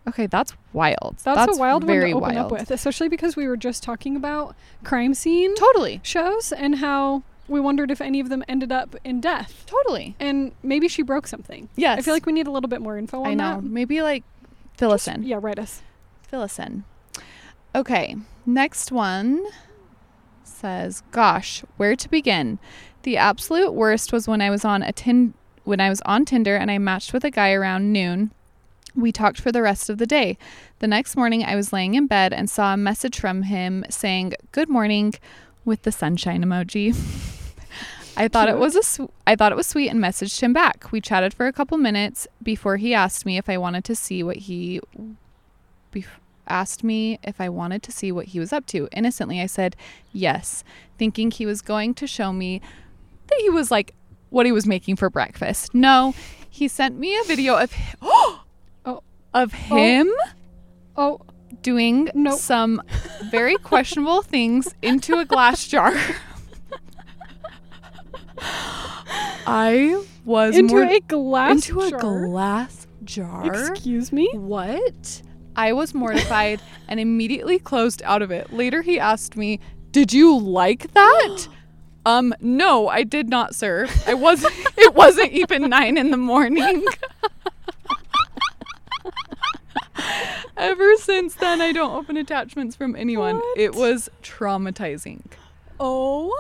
Speaker 2: Okay, that's wild.
Speaker 1: That's, a wild one to open up with, especially because we were just talking about crime scene
Speaker 2: Totally.
Speaker 1: shows and how we wondered if any of them ended up in death.
Speaker 2: Totally.
Speaker 1: And maybe she broke something.
Speaker 2: Yes.
Speaker 1: I feel like we need a little bit more info on
Speaker 2: I know.
Speaker 1: that.
Speaker 2: Maybe like fill us in.
Speaker 1: Yeah, write us.
Speaker 2: Fill us in. Okay. Next one says, "Gosh, where to begin? The absolute worst was when I was on a tin when I was on Tinder and I matched with a guy around noon. We talked for the rest of the day. The next morning, I was laying in bed and saw a message from him saying, "Good morning," with the sunshine emoji. I thought it
Speaker 1: Cute.
Speaker 2: was a sw- I thought it was sweet and messaged him back. We chatted for a couple minutes before he asked me if I wanted to see what he be- asked me if I wanted to see what he was up to. Innocently, I said yes, thinking he was going to show me that he was like what he was making for breakfast. No, he sent me a video of oh,
Speaker 1: Oh.
Speaker 2: of him
Speaker 1: Oh,
Speaker 2: doing
Speaker 1: Nope.
Speaker 2: some very questionable things into a glass jar. I was
Speaker 1: into
Speaker 2: more
Speaker 1: a glass
Speaker 2: into
Speaker 1: jar.
Speaker 2: a glass jar.
Speaker 1: Excuse me?
Speaker 2: What? I was mortified and immediately closed out of it. Later, he asked me, "Did you like that?" um, no, I did not, sir. I wasn't. it wasn't even nine in the morning. Ever since then, I don't open attachments from anyone. It was traumatizing.
Speaker 1: Oh.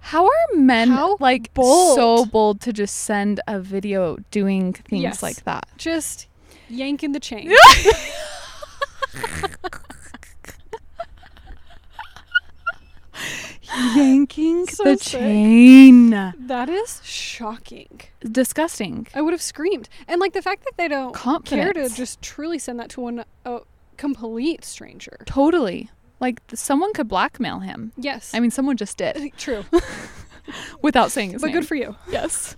Speaker 2: How are men
Speaker 1: How
Speaker 2: like
Speaker 1: bold.
Speaker 2: so bold to just send a video doing things
Speaker 1: Yes.
Speaker 2: like that?
Speaker 1: Just yanking the chain.
Speaker 2: yanking
Speaker 1: So
Speaker 2: the
Speaker 1: sick.
Speaker 2: chain.
Speaker 1: that is shocking.
Speaker 2: Disgusting.
Speaker 1: I would have screamed. And like the fact that they don't care to
Speaker 2: Confidence.
Speaker 1: just truly send that to one a complete stranger.
Speaker 2: Totally. Like th- someone could blackmail him.
Speaker 1: Yes.
Speaker 2: I mean, someone just did
Speaker 1: true.
Speaker 2: without saying his
Speaker 1: but
Speaker 2: name.
Speaker 1: good for you.
Speaker 2: yes.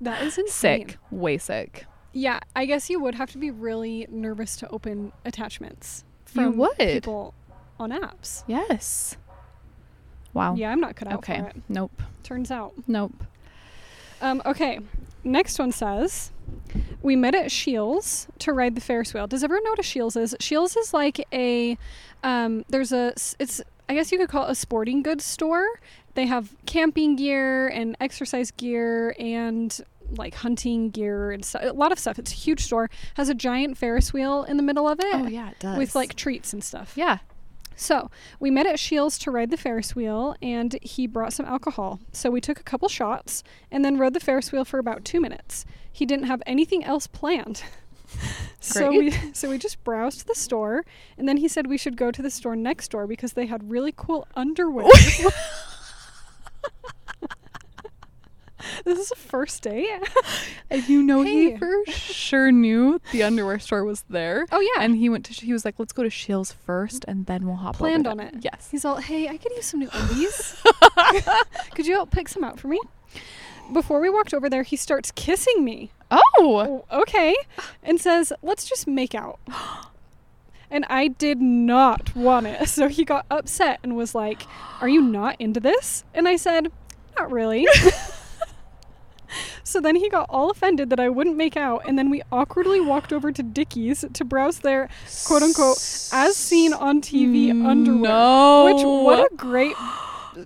Speaker 1: That is insane.
Speaker 2: Sick. Way sick.
Speaker 1: Yeah, I guess you would have to be really nervous to open attachments
Speaker 2: You
Speaker 1: from
Speaker 2: would.
Speaker 1: people on apps.
Speaker 2: Yes. Wow.
Speaker 1: Yeah, I'm not cut out
Speaker 2: okay.
Speaker 1: for it.
Speaker 2: Nope.
Speaker 1: Turns out.
Speaker 2: Nope.
Speaker 1: Um, okay, next one says, we met at Shields to ride the Ferris wheel. Does everyone know what a Shields is? Shields is like a, um, there's a, s- it's, I guess you could call it a sporting goods store. They have camping gear and exercise gear and like hunting gear and stuff. A lot of stuff. It's a huge store. Has a giant Ferris wheel in the middle of it.
Speaker 2: Oh, yeah, it does.
Speaker 1: With Eh. like treats and stuff.
Speaker 2: yeah.
Speaker 1: So we met at Shields to ride the Ferris wheel, and he brought some alcohol. So we took a couple shots and then rode the Ferris wheel for about two minutes. He didn't have anything else planned. So we, so we just browsed the store, and then he said we should go to the store next door because they had really cool underwear. this is a first date.
Speaker 2: And you know, he
Speaker 1: Hey.
Speaker 2: for sure knew the underwear store was there.
Speaker 1: Oh yeah,
Speaker 2: And he went to, he was like, let's go to Shields first and then we'll hop over
Speaker 1: planned
Speaker 2: there."
Speaker 1: on it.
Speaker 2: Yes.
Speaker 1: He's all, hey, I could use some new undies. could you help pick some out for me? Before we walked over there, he starts kissing me.
Speaker 2: Oh.
Speaker 1: Oh, okay. And says, let's just make out. And I did not want it. So he got upset and was like, are you not into this? And I said, not really. So then he got all offended that I wouldn't make out, and then we awkwardly walked over to Dickie's to browse their quote unquote as seen on TV underwear.
Speaker 2: No.
Speaker 1: Which what a great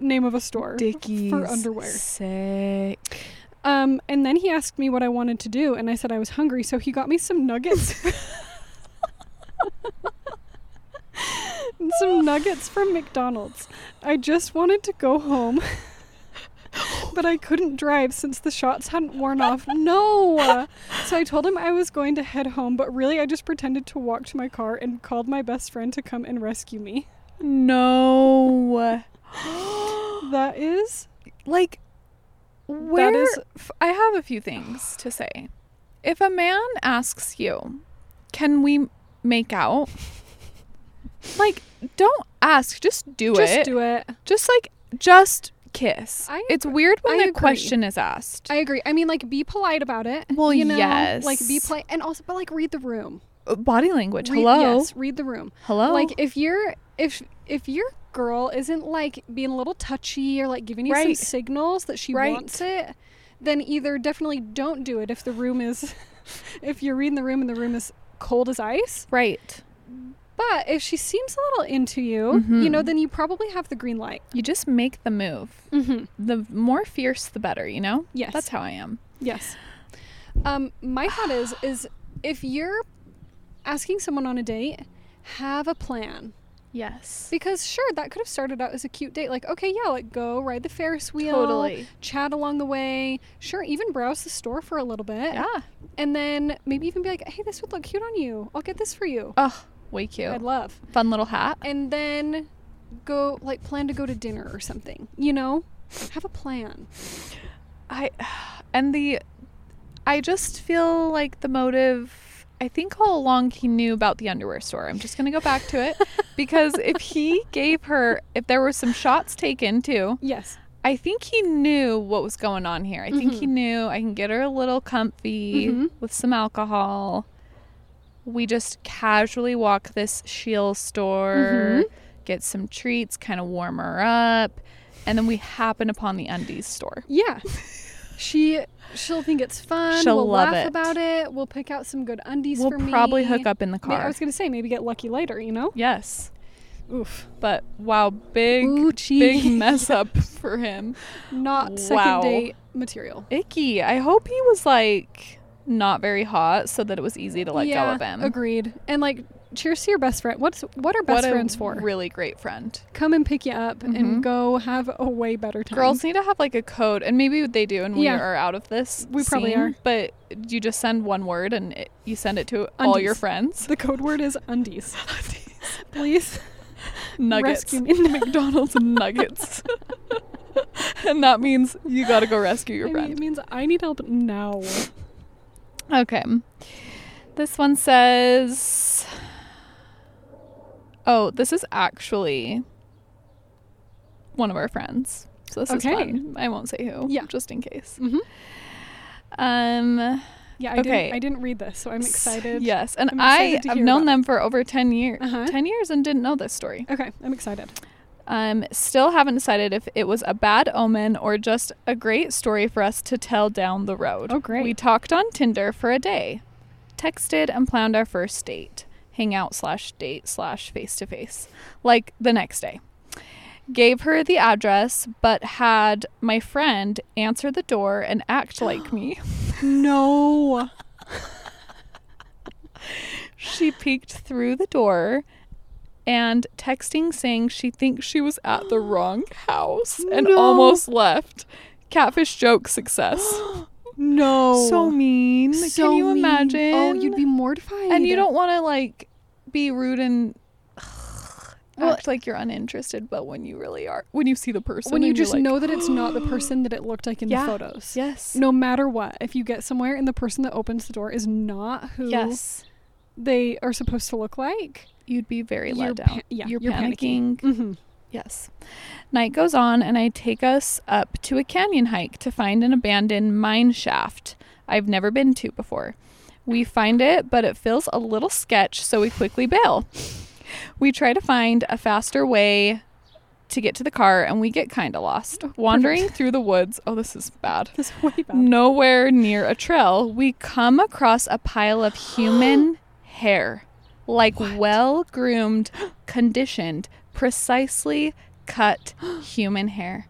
Speaker 1: name of a store.
Speaker 2: Dickies
Speaker 1: for underwear.
Speaker 2: Sick.
Speaker 1: Um, and then he asked me what I wanted to do, and I said I was hungry, so he got me some nuggets. And some nuggets from McDonald's. I just wanted to go home, but I couldn't drive since the shots hadn't worn off. No! So I told him I was going to head home, but really I just pretended to walk to my car and called my best friend to come and rescue me.
Speaker 2: No.
Speaker 1: That is
Speaker 2: like where
Speaker 1: is-
Speaker 2: f- I have a few things to say. If a man asks you, "Can we make out?" like don't ask, just do
Speaker 1: just
Speaker 2: it.
Speaker 1: do it.
Speaker 2: Just like just kiss.
Speaker 1: I
Speaker 2: it's weird when
Speaker 1: I
Speaker 2: the
Speaker 1: agree.
Speaker 2: question is asked.
Speaker 1: I agree. I mean, like, be polite about it.
Speaker 2: Well,
Speaker 1: you know?
Speaker 2: yes.
Speaker 1: Like, be polite, and also, but like, read the room.
Speaker 2: Uh, Body language.
Speaker 1: Read-
Speaker 2: Hello.
Speaker 1: yes, read the room.
Speaker 2: Hello.
Speaker 1: Like, if you're if if your girl isn't like being a little touchy or like giving you some
Speaker 2: Right.
Speaker 1: signals that she
Speaker 2: Right.
Speaker 1: wants it, then either definitely don't do it if the room is, if you're reading the room and the room is cold as ice.
Speaker 2: right.
Speaker 1: But if she seems a little into you,
Speaker 2: Mm-hmm.
Speaker 1: you know, then you probably have the green light.
Speaker 2: You just make the move.
Speaker 1: Mm-hmm.
Speaker 2: The more fierce the better, you know?
Speaker 1: Yes.
Speaker 2: That's how I am.
Speaker 1: Yes. Um, my thought is is if you're asking someone on a date, have a plan.
Speaker 2: Yes.
Speaker 1: Because sure, that could have started out as a cute date. Like, okay, yeah, like go ride the Ferris wheel,
Speaker 2: Totally.
Speaker 1: chat along the way. Sure, even browse the store for a little bit,
Speaker 2: Yeah.
Speaker 1: and then maybe even be like, hey, this would look cute on you. I'll get this for you.
Speaker 2: Oh, way cute.
Speaker 1: I'd love.
Speaker 2: Fun little hat.
Speaker 1: And then go like plan to go to dinner or something. You know, have a plan.
Speaker 2: I and the I just feel like the motive I think all along he knew about the underwear store. I'm just going to go back to it because if he gave her if there were some shots taken too,
Speaker 1: Yes.
Speaker 2: I think he knew what was going on here. I think
Speaker 1: Mm-hmm.
Speaker 2: he knew I can get her a little comfy
Speaker 1: Mhm.
Speaker 2: with some alcohol. We just casually walk this Sheil store,
Speaker 1: Mm-hmm.
Speaker 2: get some treats, kind of warm her up, and then we happen upon the undies store.
Speaker 1: Yeah. She she'll think it's fun.
Speaker 2: She'll
Speaker 1: we'll
Speaker 2: love
Speaker 1: laugh
Speaker 2: it.
Speaker 1: about it. We'll pick out some good undies
Speaker 2: We'll
Speaker 1: for me.
Speaker 2: probably hook up in the
Speaker 1: May-
Speaker 2: car.
Speaker 1: I was gonna say maybe get lucky later, you know?
Speaker 2: yes,
Speaker 1: Oof.
Speaker 2: but wow, big
Speaker 1: Ooh,
Speaker 2: big
Speaker 1: cheating.
Speaker 2: mess up for him.
Speaker 1: Not second
Speaker 2: Wow.
Speaker 1: date material.
Speaker 2: Icky. I hope he was like not very hot, so that it was easy to let
Speaker 1: yeah,
Speaker 2: go of him.
Speaker 1: Agreed. And like cheers to your best friend. What's what are best
Speaker 2: what a
Speaker 1: friends for?
Speaker 2: really great friend.
Speaker 1: Come and pick you up and go have a way better time.
Speaker 2: Girls need to have like a code, and maybe they do, and we
Speaker 1: Yeah.
Speaker 2: are out of this.
Speaker 1: We probably
Speaker 2: scene,
Speaker 1: are.
Speaker 2: But you just send one word, and it, you send it to all your
Speaker 1: Undies.
Speaker 2: friends.
Speaker 1: The code word is undies. Please
Speaker 2: Nuggets,
Speaker 1: rescue me.
Speaker 2: McDonald's nuggets, and that means you gotta go rescue
Speaker 1: I
Speaker 2: your
Speaker 1: mean,
Speaker 2: friend.
Speaker 1: it means I need help now.
Speaker 2: Okay. This one says. Oh, this is actually one of our friends. So this
Speaker 1: Okay.
Speaker 2: is fun. I won't say who.
Speaker 1: Yeah.
Speaker 2: Just in case.
Speaker 1: Mhm.
Speaker 2: Um.
Speaker 1: Yeah, I
Speaker 2: Okay.
Speaker 1: didn't I didn't read this, so I'm excited.
Speaker 2: Yes, and
Speaker 1: I'm
Speaker 2: I
Speaker 1: excited to
Speaker 2: have
Speaker 1: hear
Speaker 2: known
Speaker 1: about
Speaker 2: them for over 10 years.
Speaker 1: Uh-huh.
Speaker 2: 10 years and didn't know this story.
Speaker 1: Okay, I'm excited.
Speaker 2: Um still haven't decided if it was a bad omen or just a great story for us to tell down the road.
Speaker 1: Oh, great.
Speaker 2: We talked on Tinder for a day. Texted and planned our first date. Hangout slash date slash face to face. Like the next day. Gave her the address, but had my friend answer the door and act like me.
Speaker 1: No.
Speaker 2: she peeked through the door and texting saying she thinks she was at the wrong house and
Speaker 1: No.
Speaker 2: almost left. Catfish joke success.
Speaker 1: No.
Speaker 2: so mean.
Speaker 1: Oh. So
Speaker 2: Can you
Speaker 1: mean.
Speaker 2: imagine?
Speaker 1: Oh, you'd be mortified.
Speaker 2: and you don't want to like be rude and
Speaker 1: Well-
Speaker 2: act like you're uninterested, but when you really are, when you see the person,
Speaker 1: when you
Speaker 2: and you're
Speaker 1: just
Speaker 2: like,
Speaker 1: know that it's not the person that it looked like in
Speaker 2: Yeah.
Speaker 1: the photos.
Speaker 2: Yes.
Speaker 1: No matter what, if you get somewhere and the person that opens the door is not who
Speaker 2: Yes.
Speaker 1: they are supposed to look like,
Speaker 2: You'd be very
Speaker 1: You're
Speaker 2: let
Speaker 1: pa-
Speaker 2: down.
Speaker 1: yeah,
Speaker 2: you're,
Speaker 1: you're
Speaker 2: panicking.
Speaker 1: panicking. mm-hmm.
Speaker 2: Yes. Night goes on, and I take us up to a canyon hike to find an abandoned mine shaft I've never been to before. We find it, but it feels a little sketch, so we quickly bail. We try to find a faster way to get to the car, and we get kind of lost. Wandering through the woods. Oh, this is bad.
Speaker 1: This is way bad.
Speaker 2: Nowhere near a trail, we come across a pile of human hair. Like well groomed, conditioned, precisely cut human hair.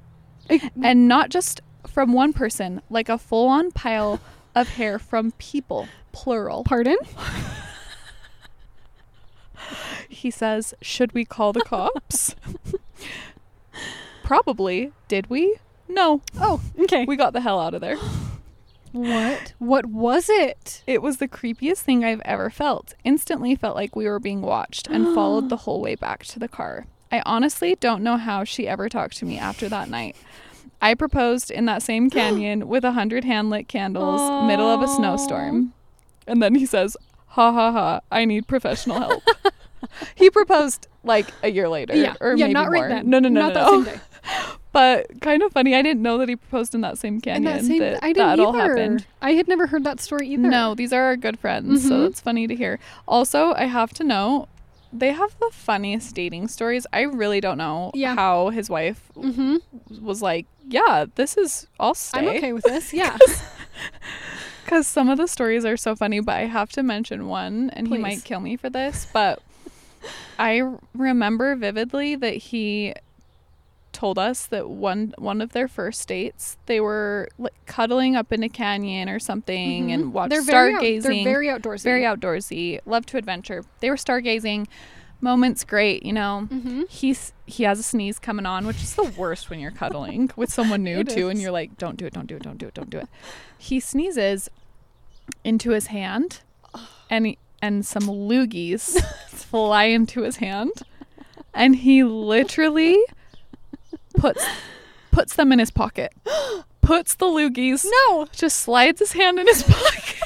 Speaker 1: It-
Speaker 2: And not just from one person, like a full on pile of hair from people, plural.
Speaker 1: Pardon?
Speaker 2: He says, Should we call the cops? Probably. Did we? No.
Speaker 1: Oh, okay.
Speaker 2: We got the hell out of there.
Speaker 1: what? What was it?
Speaker 2: It was the creepiest thing I've ever felt. Instantly felt like we were being watched and followed the whole way back to the car. I honestly don't know how she ever talked to me after that night. I proposed in that same canyon with a hundred hand lit candles, middle of a
Speaker 1: Aw.
Speaker 2: snowstorm. And then he says, Ha ha ha, I need professional help. he proposed like a year later.
Speaker 1: yeah,
Speaker 2: Or
Speaker 1: yeah,
Speaker 2: maybe
Speaker 1: not
Speaker 2: more.
Speaker 1: right then.
Speaker 2: No, no, no.
Speaker 1: not
Speaker 2: no,
Speaker 1: that
Speaker 2: no.
Speaker 1: same day.
Speaker 2: But kind of funny. I didn't know that he proposed in that same
Speaker 1: And
Speaker 2: canyon.
Speaker 1: that same,
Speaker 2: that,
Speaker 1: I didn't
Speaker 2: that
Speaker 1: either.
Speaker 2: all happened.
Speaker 1: I had never heard that story either. Mm-hmm.
Speaker 2: No, these are our good friends, so it's funny to hear. Also, I have to know they have the funniest dating stories. I really don't know
Speaker 1: Yeah.
Speaker 2: how his wife
Speaker 1: Mm-hmm.
Speaker 2: was like, "Yeah, this is I'll stay."
Speaker 1: I'm okay with this. Yeah.
Speaker 2: Cuz some of the stories are so funny, but I have to mention one and he might
Speaker 1: Please.
Speaker 2: kill me for this, but I r- remember vividly that he told us that one one of their first dates, they were like cuddling up in a canyon or something and watched
Speaker 1: Mm-hmm. they're very out-
Speaker 2: stargazing.
Speaker 1: they're very outdoorsy.
Speaker 2: very outdoorsy, love to adventure. They were stargazing. Moments great, you know.
Speaker 1: Mhm.
Speaker 2: He's he has a sneeze coming on, which is the worst when you're cuddling with someone new
Speaker 1: It
Speaker 2: too, and
Speaker 1: is.
Speaker 2: you're like, don't do it, don't do it, don't do it, don't do it. He sneezes into his hand, and he, and some loogies fly into his hand, and he literally puts puts them in his pocket, puts the loogies
Speaker 1: No.
Speaker 2: just slides his hand in his pocket,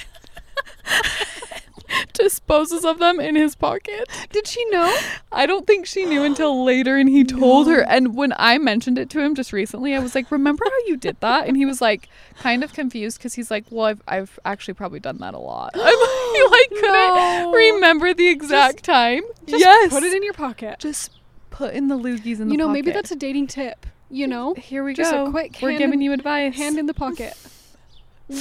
Speaker 2: disposes of them in his pocket.
Speaker 1: Did she know?
Speaker 2: I don't think she knew until later, and he told her. And when I mentioned it to him just recently, I was like, "Remember how you did that?" And he was like, kind of confused because he's like, "Well, I've, I've actually probably done that a lot." I'm like, "Could
Speaker 1: No.
Speaker 2: not remember the exact time?"
Speaker 1: Just
Speaker 2: yes,
Speaker 1: Put it in your pocket.
Speaker 2: just put in the loogies in the
Speaker 1: You know, maybe
Speaker 2: pocket.
Speaker 1: that's a dating tip. You know,
Speaker 2: here we
Speaker 1: just a
Speaker 2: go.
Speaker 1: quick
Speaker 2: We're
Speaker 1: hand
Speaker 2: giving
Speaker 1: in-
Speaker 2: you advice.
Speaker 1: hand in the pocket.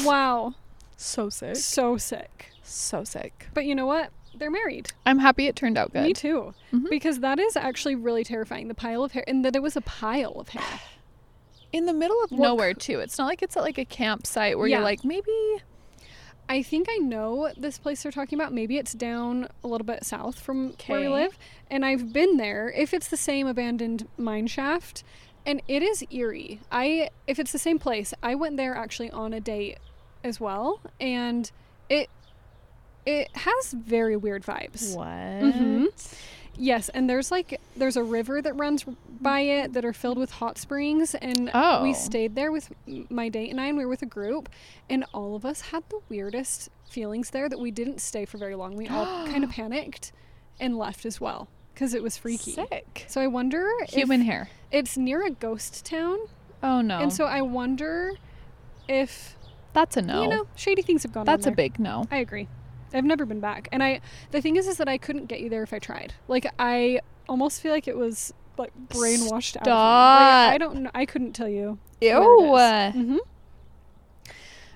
Speaker 1: Wow.
Speaker 2: so sick,
Speaker 1: So sick.
Speaker 2: so sick.
Speaker 1: But you know what? They're married.
Speaker 2: I'm happy it turned out good.
Speaker 1: Me too. Because that is actually really terrifying. The pile of hair, and that it was a pile of hair.
Speaker 2: in the middle of
Speaker 1: What
Speaker 2: nowhere too. It's not like it's at like a campsite where
Speaker 1: Yeah.
Speaker 2: you're like maybe
Speaker 1: I think I know this place they're talking about. Maybe it's down a little bit south from where we
Speaker 2: Okay.
Speaker 1: live. And I've been there. If it's the same abandoned mine shaft, and it is eerie. I if it's the same place, I went there actually on a date as well, and it it has very weird vibes.
Speaker 2: what? Mm-hmm.
Speaker 1: Yes, and there's like there's a river that runs by it that are filled with hot springs, and
Speaker 2: Oh.
Speaker 1: we stayed there with m- my date and I, and we were with a group, and all of us had the weirdest feelings there that we didn't stay for very long. We all kind of panicked and left as well because it was freaky.
Speaker 2: Sick.
Speaker 1: So I wonder
Speaker 2: Human
Speaker 1: if
Speaker 2: hair.
Speaker 1: it's near a ghost town,
Speaker 2: Oh no.
Speaker 1: and so I wonder if
Speaker 2: that's a no.
Speaker 1: you know shady things have gone. on
Speaker 2: that's a
Speaker 1: there.
Speaker 2: big no.
Speaker 1: I agree. I've never been back. And I the thing is is that I couldn't get you there if I tried. Like I almost feel like it was like brainwashed out. of me. Like, I
Speaker 2: Stop. Uh.
Speaker 1: don't know. I couldn't tell you.
Speaker 2: Ew.
Speaker 1: hmm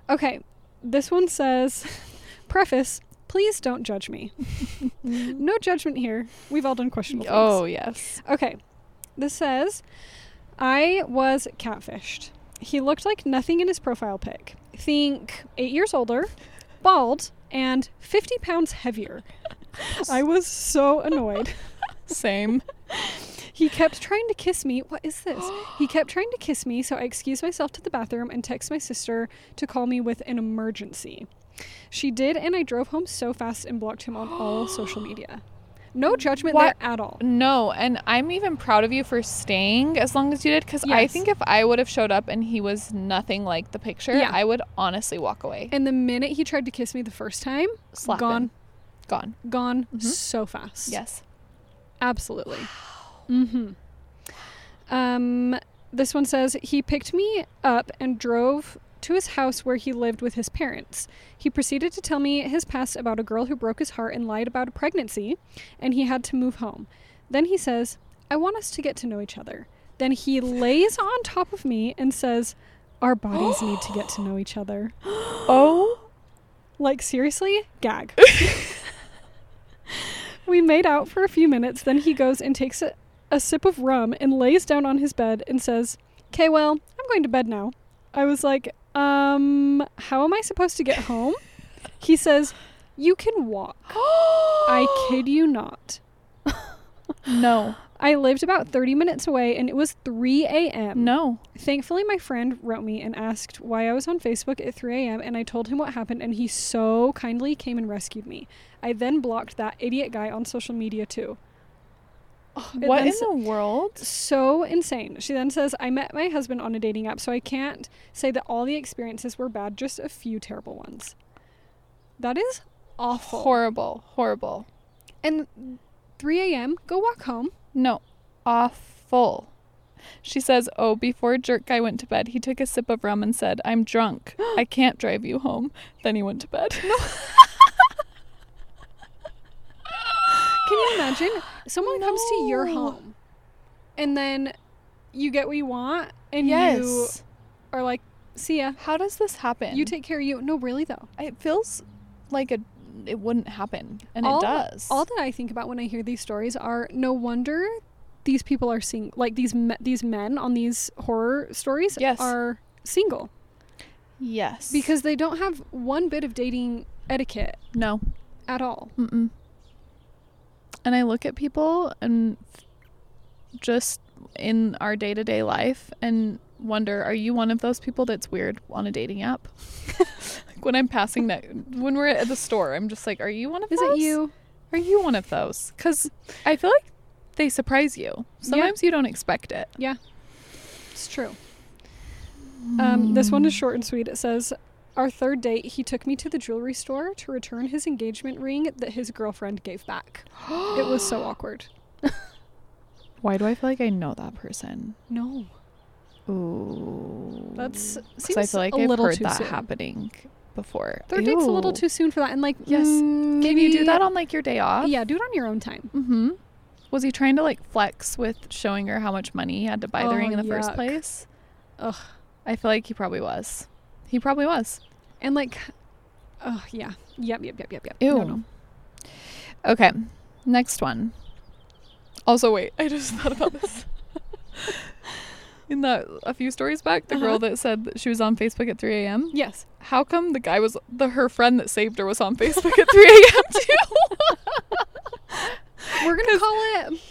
Speaker 1: Okay. This one says preface, please don't judge me. no judgment here. We've all done questionable things.
Speaker 2: Oh yes.
Speaker 1: Okay. This says, I was catfished. He looked like nothing in his profile pic. Think eight years older, bald, and 50 pounds heavier. I was so annoyed.
Speaker 2: Same.
Speaker 1: He kept trying to kiss me. What is this? He kept trying to kiss me, so I excused myself to the bathroom and text my sister to call me with an emergency. She did, and I drove home so fast and blocked him on all social media. No judgment
Speaker 2: What?
Speaker 1: there at all.
Speaker 2: No, and I'm even proud of you for staying as long as you did because I
Speaker 1: Yes.
Speaker 2: think if I would have showed up and he was nothing like the picture,
Speaker 1: Yeah.
Speaker 2: I would honestly walk away.
Speaker 1: And the minute he tried to kiss me the first time,
Speaker 2: Slap
Speaker 1: gone,
Speaker 2: him. Gone.
Speaker 1: gone so fast.
Speaker 2: Yes.
Speaker 1: absolutely. Mm-hmm. Um, this one says he picked me up and drove to his house where he lived with his parents. He proceeded to tell me his past about a girl who broke his heart and lied about a pregnancy, and he had to move home. Then he says, "I want us to get to know each other. Then he lays on top of me and says, Our bodies need to get to know each other.
Speaker 2: Oh,
Speaker 1: Like, seriously? Gag. we made out for a few minutes. Then he goes and takes a, a sip of rum and lays down on his bed and says, Okay, well, I'm going to bed now. I was like, Um, how am I supposed to get home? He says, You can walk. I kid you not.
Speaker 2: no,
Speaker 1: I lived about 30 minutes away and it was 3 a.m.
Speaker 2: no.
Speaker 1: Thankfully, my friend wrote me and asked why I was on Facebook at 3 a.m. and I told him what happened and he so kindly came and rescued me. I then blocked that idiot guy on social media too. It
Speaker 2: What
Speaker 1: then
Speaker 2: in
Speaker 1: s-
Speaker 2: the world?
Speaker 1: so insane. She then says, I met my husband on a dating app, so I can't say that all the experiences were bad, just a few terrible ones. That is awful.
Speaker 2: Horrible, horrible.
Speaker 1: and 3 a.m., go walk home.
Speaker 2: No, awful. She says, Oh, before Jerk Guy went to bed, he took a sip of rum and said, I'm drunk. I can't drive you home. Then he went to bed.
Speaker 1: Can you imagine? Someone comes to your
Speaker 2: No.
Speaker 1: home and then you get what you want and you
Speaker 2: yes.
Speaker 1: are like, see ya.
Speaker 2: How does this happen?
Speaker 1: You take care of you. No, really though.
Speaker 2: It feels like a, it wouldn't happen, and
Speaker 1: all,
Speaker 2: it does.
Speaker 1: All that I think about when I hear these stories are no wonder these people are seeing like these me- these men on these horror stories
Speaker 2: Yes.
Speaker 1: are single
Speaker 2: yes.
Speaker 1: because they don't have one bit of dating etiquette
Speaker 2: no.
Speaker 1: at all.
Speaker 2: Mm-mm. And I look at people and f- just in our day to day life and wonder, are you one of those people that's weird on a dating app? like when I'm passing that, when we're at the store, I'm just like, are you one of
Speaker 1: Is
Speaker 2: those?
Speaker 1: it you?
Speaker 2: Are you one of those? Because I feel like they surprise you. Sometimes you don't expect it.
Speaker 1: It's true. Um, this one is short and sweet. It says, Our third date, he took me to the jewelry store to return his engagement ring that his girlfriend gave back. it was so awkward.
Speaker 2: Why do I feel like I know that person?
Speaker 1: No.
Speaker 2: Ooh.
Speaker 1: That's
Speaker 2: because
Speaker 1: seems
Speaker 2: I feel like
Speaker 1: a
Speaker 2: I've
Speaker 1: little
Speaker 2: heard
Speaker 1: too
Speaker 2: that
Speaker 1: soon.
Speaker 2: happening before.
Speaker 1: Third date's a little
Speaker 2: Ew.
Speaker 1: too soon for that. And like,
Speaker 2: Yes. Ah.
Speaker 1: mm,
Speaker 2: Can you do
Speaker 1: maybe-
Speaker 2: that on like your day off?
Speaker 1: Yeah, do it on your own time.
Speaker 2: Mm-hmm. Was he trying to like flex with showing her how much money he had to buy the
Speaker 1: Oh,
Speaker 2: ring in the first
Speaker 1: yuck.
Speaker 2: place?
Speaker 1: Ugh.
Speaker 2: I feel like he probably was. He probably was.
Speaker 1: And like, oh yeah, yep, yep, yep, yep, yep.
Speaker 2: Ew.
Speaker 1: No, no.
Speaker 2: Okay. Next one. Also, wait. I just thought about this. In that a few stories back, the girl
Speaker 1: Uh-huh.
Speaker 2: that said that she was on Facebook at 3 a.m.
Speaker 1: Yes.
Speaker 2: How come the guy was the her friend that saved her was on Facebook at 3 a.m. too?
Speaker 1: We're gonna call it.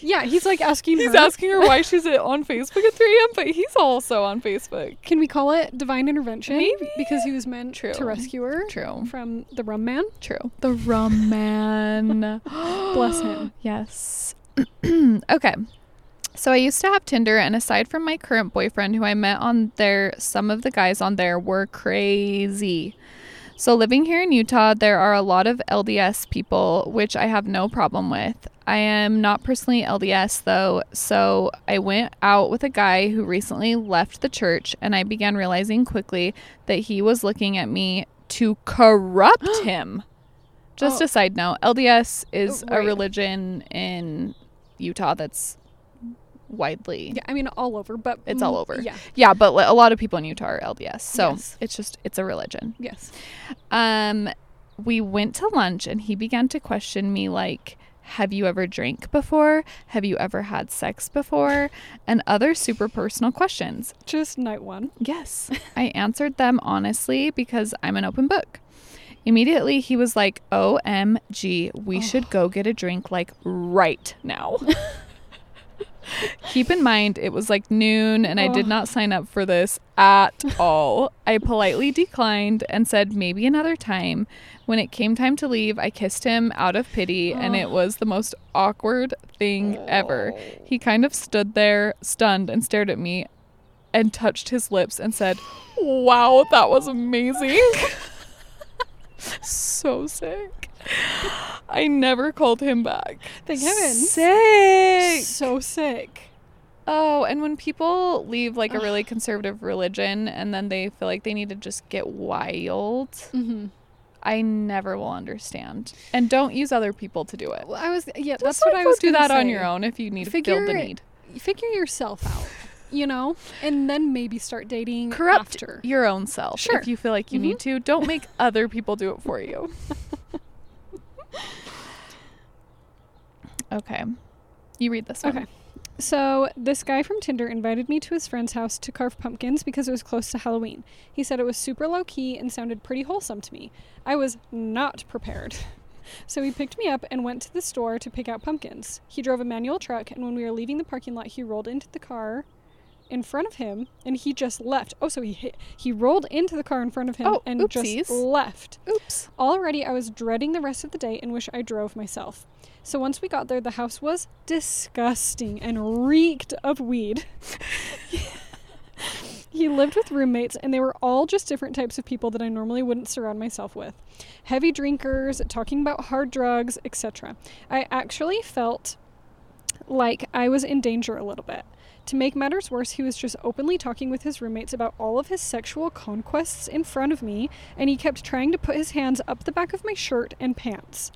Speaker 1: Yeah, he's like asking
Speaker 2: He's
Speaker 1: her.
Speaker 2: asking her why she's on Facebook at 3 a.m., but he's also on Facebook.
Speaker 1: Can we call it divine intervention?
Speaker 2: Maybe.
Speaker 1: because he was meant
Speaker 2: True.
Speaker 1: to rescue her
Speaker 2: True.
Speaker 1: from the rum man.
Speaker 2: True. The rum man.
Speaker 1: Bless him.
Speaker 2: Yes. okay. So I used to have Tinder, and aside from my current boyfriend who I met on there, some of the guys on there were crazy. So living here in Utah, there are a lot of LDS people, which I have no problem with. I am not personally LDS though, so I went out with a guy who recently left the church, and I began realizing quickly that he was looking at me to corrupt him. Just
Speaker 1: Oh.
Speaker 2: a side note, LDS is a
Speaker 1: Right.
Speaker 2: religion in Utah that's widely
Speaker 1: Yeah, I mean all over, but
Speaker 2: It's
Speaker 1: mm,
Speaker 2: all over.
Speaker 1: Yeah.
Speaker 2: yeah, but li- a lot of people in Utah are LDS, so
Speaker 1: Yes.
Speaker 2: it's just it's a religion.
Speaker 1: Yes.
Speaker 2: Um, we went to lunch and he began to question me like, "Have you ever drank before? Have you ever had sex before?" and other super personal questions.
Speaker 1: Just night one.
Speaker 2: Yes, I answered them honestly because I'm an open book. Immediately he was like, "OMG, we should go get a drink like right now." Keep in mind, it was like noon and I did
Speaker 1: Ugh.
Speaker 2: not sign up for this at all. I politely declined and said maybe another time. When it came time to leave, I kissed him out of pity and it was the most awkward thing ever. He kind of stood there, stunned, and stared at me and touched his lips and said, Wow, that was amazing. so sick. I never called him back.
Speaker 1: Thank heavens.
Speaker 2: Sick.
Speaker 1: So sick.
Speaker 2: Oh, and when people leave like a really conservative religion and then they feel like they need to just get wild,
Speaker 1: Mm-hmm.
Speaker 2: I never will understand. And don't use other people to do it.
Speaker 1: Well, I was yeah.
Speaker 2: Just
Speaker 1: that's what
Speaker 2: like,
Speaker 1: I
Speaker 2: go
Speaker 1: was
Speaker 2: do
Speaker 1: gonna
Speaker 2: that on
Speaker 1: say.
Speaker 2: your own if you need to feel
Speaker 1: Figure
Speaker 2: the
Speaker 1: it-
Speaker 2: need.
Speaker 1: figure yourself out, you know, and then maybe start dating
Speaker 2: Corrupt
Speaker 1: after.
Speaker 2: your own self
Speaker 1: Sure. Mm-hmm.
Speaker 2: if you feel like you need to. Don't make other people do it for you. okay. You read this one.
Speaker 1: Okay. So, this guy from Tinder invited me to his friend's house to carve pumpkins because it was close to Halloween. He said it was super low key and sounded pretty wholesome to me. I was not prepared. So, he picked me up and went to the store to pick out pumpkins. He drove a manual truck, and when we were leaving the parking lot, he rolled into the car in front of him and he just left. Oh, so he hit, he rolled into the car in front of him
Speaker 2: Oh,
Speaker 1: and
Speaker 2: oopsies.
Speaker 1: just left.
Speaker 2: Oops.
Speaker 1: Already, I was dreading the rest of the day and wish I drove myself. So once we got there, the house was disgusting and reeked of weed. he lived with roommates, and they were all just different types of people that I normally wouldn't surround myself with heavy drinkers, talking about hard drugs, etc. I actually felt like I was in danger a little bit. To make matters worse, he was just openly talking with his roommates about all of his sexual conquests in front of me, and he kept trying to put his hands up the back of my shirt and pants.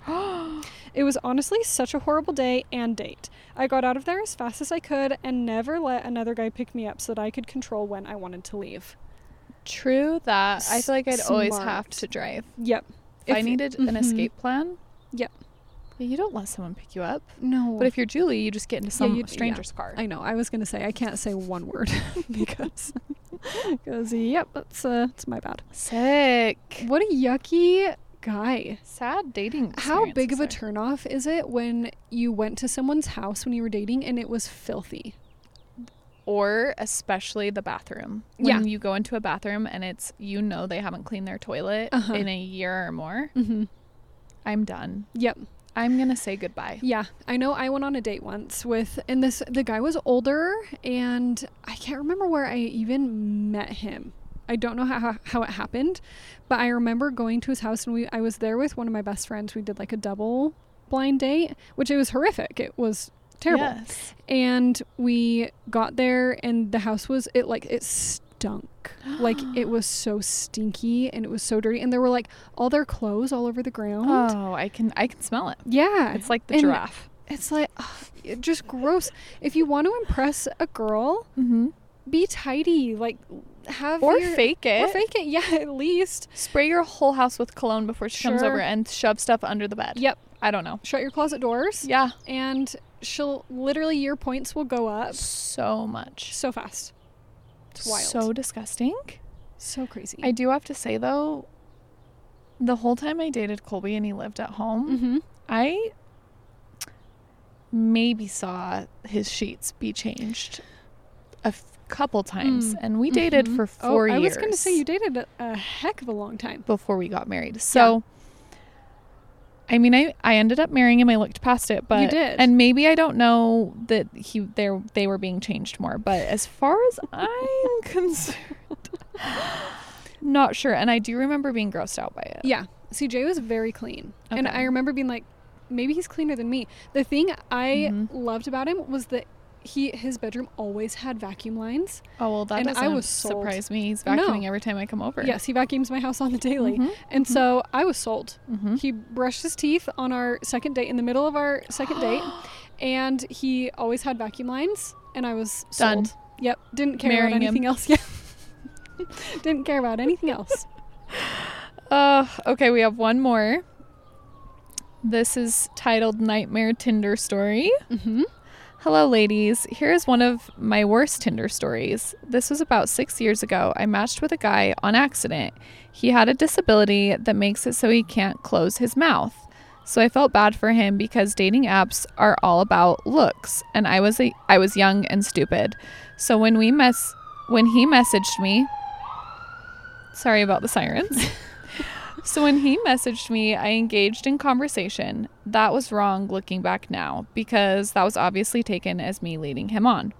Speaker 1: It was honestly such a horrible day and date. I got out of there as fast as I could and never let another guy pick me up so that I could control when I wanted to leave.
Speaker 2: True that. I feel like I'd always have
Speaker 1: Smart.
Speaker 2: to drive.
Speaker 1: Yep.
Speaker 2: If, I
Speaker 1: If-
Speaker 2: needed an
Speaker 1: Mhm.
Speaker 2: escape plan,
Speaker 1: Yep.
Speaker 2: yeah, you don't let someone pick you up.
Speaker 1: No.
Speaker 2: But if you're Julie, you just get into some
Speaker 1: you-
Speaker 2: stranger's car.
Speaker 1: I know. I was gonna say I can't say one word because because yep, that's uh, that's my bad.
Speaker 2: Sick.
Speaker 1: What a yucky guy.
Speaker 2: Sad dating.
Speaker 1: How big of a
Speaker 2: experiences
Speaker 1: turnoff is it when you went to someone's house when you were dating and it was filthy?
Speaker 2: there. Or especially the bathroom. When
Speaker 1: Yeah.
Speaker 2: you go into a bathroom and it's you know they haven't cleaned their toilet
Speaker 1: Uh-huh.
Speaker 2: in a year or more.
Speaker 1: Mm-hmm.
Speaker 2: I'm done.
Speaker 1: Yep.
Speaker 2: I'm gonna say goodbye.
Speaker 1: Yeah, I know. I went on a date once with, and this the guy was older, and I can't remember where I even met him. I don't know how, how it happened, but I remember going to his house, and we I was there with one of my best friends. We did like a double blind date, which it was horrific. It was terrible
Speaker 2: Yes.
Speaker 1: and we got there and the house was it like it stunk like it was so stinky and it was so dirty and there were like all their clothes all over the ground
Speaker 2: Oh, I can I can smell it.
Speaker 1: yeah
Speaker 2: It's like the
Speaker 1: And-
Speaker 2: giraffe.
Speaker 1: it's like ugh, it just gross if you want to impress a girl
Speaker 2: Mm-hmm.
Speaker 1: be tidy like have
Speaker 2: Or
Speaker 1: your,
Speaker 2: fake it.
Speaker 1: or fake it yeah at least
Speaker 2: Spray your whole house with cologne before she comes
Speaker 1: Sure.
Speaker 2: over and shove stuff under the bed.
Speaker 1: yep
Speaker 2: I don't know.
Speaker 1: shut your closet doors
Speaker 2: Yeah.
Speaker 1: and she'll literally your points will go up
Speaker 2: So much.
Speaker 1: so fast it's wild
Speaker 2: So disgusting.
Speaker 1: so crazy
Speaker 2: I do have to say though, the whole time I dated Colby and he lived at home,
Speaker 1: mm-hmm
Speaker 2: I maybe saw his sheets be changed a f- couple times,
Speaker 1: Mm.
Speaker 2: and we dated
Speaker 1: Mhm.
Speaker 2: for
Speaker 1: Oh,
Speaker 2: four years.
Speaker 1: I was going to say you dated a, a heck of a long time.
Speaker 2: before we got married. So, I mean, I I ended up marrying him. I looked past it, but
Speaker 1: did.
Speaker 2: and maybe I don't know that he they they were being changed more. But as far as I'm concerned, not sure. And I do remember being grossed out by it.
Speaker 1: Yeah. CJ was very clean. And
Speaker 2: Okay.
Speaker 1: I remember being like, maybe he's cleaner than me. The thing I
Speaker 2: Mhm.
Speaker 1: loved about him was that he his bedroom always had vacuum lines.
Speaker 2: Oh well, that
Speaker 1: And I
Speaker 2: doesn't
Speaker 1: was sold.
Speaker 2: surprise me. He's
Speaker 1: No.
Speaker 2: vacuuming every time I come over.
Speaker 1: Yes, he vacuums my house on the daily.
Speaker 2: Mhm.
Speaker 1: And so I was sold.
Speaker 2: Mhm.
Speaker 1: He brushed his teeth on our second date in the middle of our second date and he always had vacuum lines and I was
Speaker 2: Done.
Speaker 1: sold. Yep, didn't care
Speaker 2: Marrying
Speaker 1: about
Speaker 2: him.
Speaker 1: anything else. Yeah. didn't care about anything else.
Speaker 2: Uh, okay, we have one more. This is titled Nightmare Tinder Story.
Speaker 1: mhm.
Speaker 2: Hello, ladies. Here is one of my worst Tinder stories. This was about six years ago. I matched with a guy on accident. He had a disability that makes it so he can't close his mouth. So I felt bad for him because dating apps are all about looks, and I was a, I was young and stupid. So when we mess when he messaged me, sorry about the sirens. So when he messaged me, I engaged in conversation. That was wrong looking back now because that was obviously taken as me leading him on.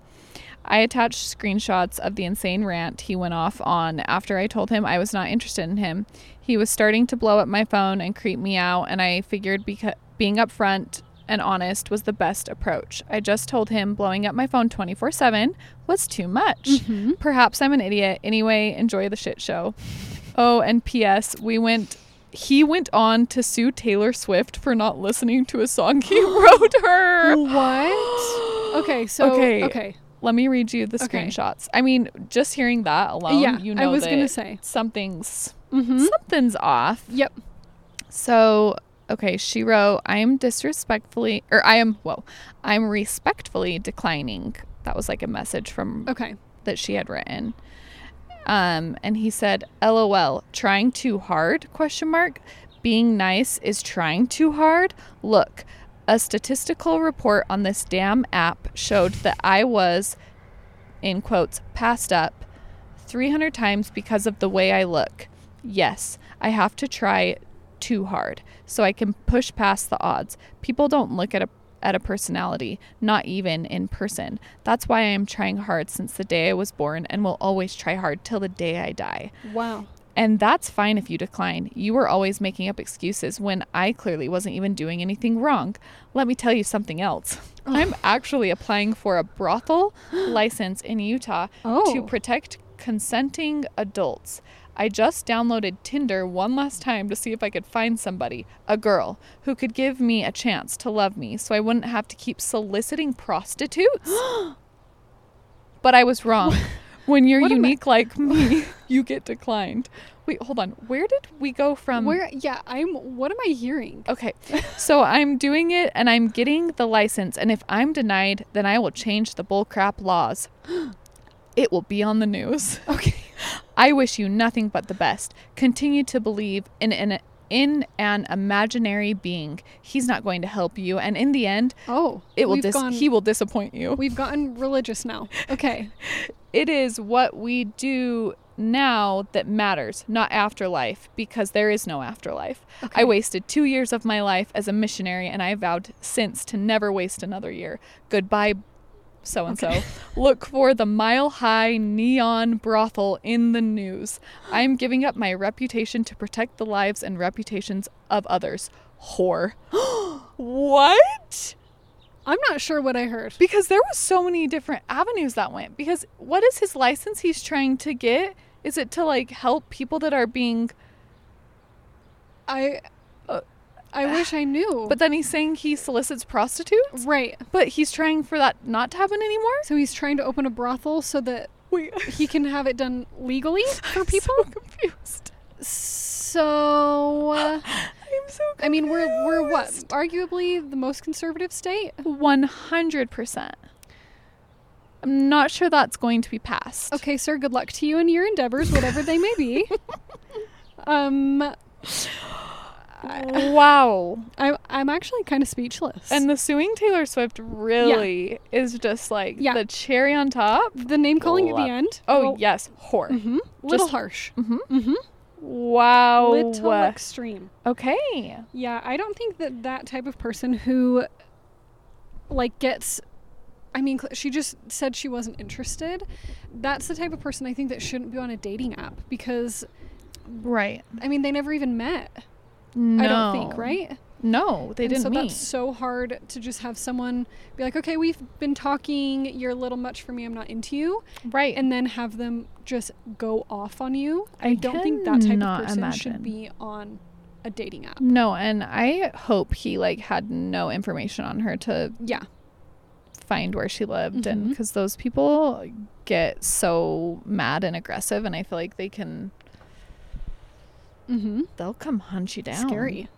Speaker 2: I attached screenshots of the insane rant he went off on after I told him I was not interested in him. He was starting to blow up my phone and creep me out, and I figured beca- being upfront and honest was the best approach. I just told him blowing up my phone 24 7 was too much. Perhaps I'm an idiot. Anyway, enjoy the shit show. Oh, and P.S. We went he went on to sue Taylor Swift for not listening to a song he wrote her.
Speaker 1: What? okay, so
Speaker 2: Okay.
Speaker 1: okay.
Speaker 2: Let me read you the
Speaker 1: Okay.
Speaker 2: screenshots. I mean, just hearing that alone,
Speaker 1: Yeah,
Speaker 2: you
Speaker 1: I
Speaker 2: know
Speaker 1: was
Speaker 2: that
Speaker 1: gonna say.
Speaker 2: something's
Speaker 1: Mhm.
Speaker 2: something's off.
Speaker 1: Yep.
Speaker 2: So, okay, she wrote, I am disrespectfully, or I am, whoa, I'm respectfully declining. That was like a message from
Speaker 1: Okay.
Speaker 2: that she had written. Um, and he said, LOL, trying too hard, question mark. Being nice is trying too hard. Look, a statistical report on this damn app showed that I was, in quotes, passed up 300 times because of the way I look. Yes, I have to try too hard so I can push past the odds. People don't look at a at a personality, not even in person. That's why I am trying hard since the day I was born and will always try hard till the day I die.
Speaker 1: Wow.
Speaker 2: And that's fine if you decline. You were always making up excuses when I clearly wasn't even doing anything wrong. Let me tell you something else. I'm actually applying for a brothel license in Utah to
Speaker 1: Oh.
Speaker 2: protect consenting adults. I just downloaded Tinder one last time to see if I could find somebody, a girl, who could give me a chance to love me so I wouldn't have to keep soliciting prostitutes. but I was wrong. When you're
Speaker 1: What am I-
Speaker 2: unique like me, you get declined. Wait, hold on. Where did we go from?
Speaker 1: Where? Yeah. I'm. What am I hearing?
Speaker 2: Okay. So I'm doing it and I'm getting the license. And if I'm denied, then I will change the bullcrap laws. It will be on the news.
Speaker 1: Okay.
Speaker 2: I wish you nothing but the best. Continue to believe in an, in an imaginary being. He's not going to help you. And in the end,
Speaker 1: Oh.
Speaker 2: it will
Speaker 1: we've
Speaker 2: dis-
Speaker 1: gone-
Speaker 2: he will disappoint you.
Speaker 1: We've gotten religious now. Okay.
Speaker 2: it is what we do now that matters, not afterlife, because there is no afterlife. I
Speaker 1: Okay.
Speaker 2: wasted two years of my life as a missionary, and I vowed since to never waste another year. Goodbye, so and so. Look for the mile high neon brothel in the news. I'm giving up my reputation to protect the lives and reputations of others. Whore. what?
Speaker 1: I'm not sure what I heard.
Speaker 2: because there was so many different avenues that went because what is his license he's trying to get is it to like help people that are being
Speaker 1: I. uh, I wish I knew.
Speaker 2: but then he's saying he solicits prostitutes
Speaker 1: right.
Speaker 2: but he's trying for that not to happen anymore
Speaker 1: So he's trying to open a brothel so that
Speaker 2: wait
Speaker 1: he can have it done legally for people.
Speaker 2: i'm so confused
Speaker 1: So, uh,
Speaker 2: i'm so confused.
Speaker 1: I mean, we're we're what? Arguably the most conservative state.
Speaker 2: 100% i'm not sure that's going to be passed
Speaker 1: Okay, sir. Good luck to you in your endeavors, whatever they may be. Um,
Speaker 2: wow
Speaker 1: I'm I'm actually kind of speechless.
Speaker 2: and the suing taylor swift really is just like
Speaker 1: Yeah.
Speaker 2: the cherry on top
Speaker 1: the name calling at
Speaker 2: Love-
Speaker 1: the end.
Speaker 2: oh
Speaker 1: well,
Speaker 2: yes mm-hmm. whore Mm-hmm.
Speaker 1: mhm, little
Speaker 2: Just- uh,
Speaker 1: harsh.
Speaker 2: Wow.
Speaker 1: Little extreme.
Speaker 2: Okay.
Speaker 1: Yeah, I don't think that that type of person who, like, gets. I mean, cl- she just said she wasn't interested. That's the type of person I think that shouldn't be on a dating app because,
Speaker 2: Right.
Speaker 1: I mean, they never even met.
Speaker 2: No.
Speaker 1: I don't think, right?
Speaker 2: No, they
Speaker 1: and
Speaker 2: didn't
Speaker 1: so
Speaker 2: meet.
Speaker 1: that's so hard to just have someone be like, okay, we've been talking. You're a little much for me. I'm not into you.
Speaker 2: right. And
Speaker 1: And then have them just go off on you. I,
Speaker 2: I
Speaker 1: don't think that type
Speaker 2: cannot
Speaker 1: of person
Speaker 2: imagine.
Speaker 1: should be on a dating app.
Speaker 2: no, and I hope he like had no information on her to
Speaker 1: Yeah.
Speaker 2: find where she lived and
Speaker 1: Mhm.
Speaker 2: because those people get so mad and aggressive and I feel like they can
Speaker 1: Mm-hmm.
Speaker 2: they'll come hunt you down.
Speaker 1: Scary.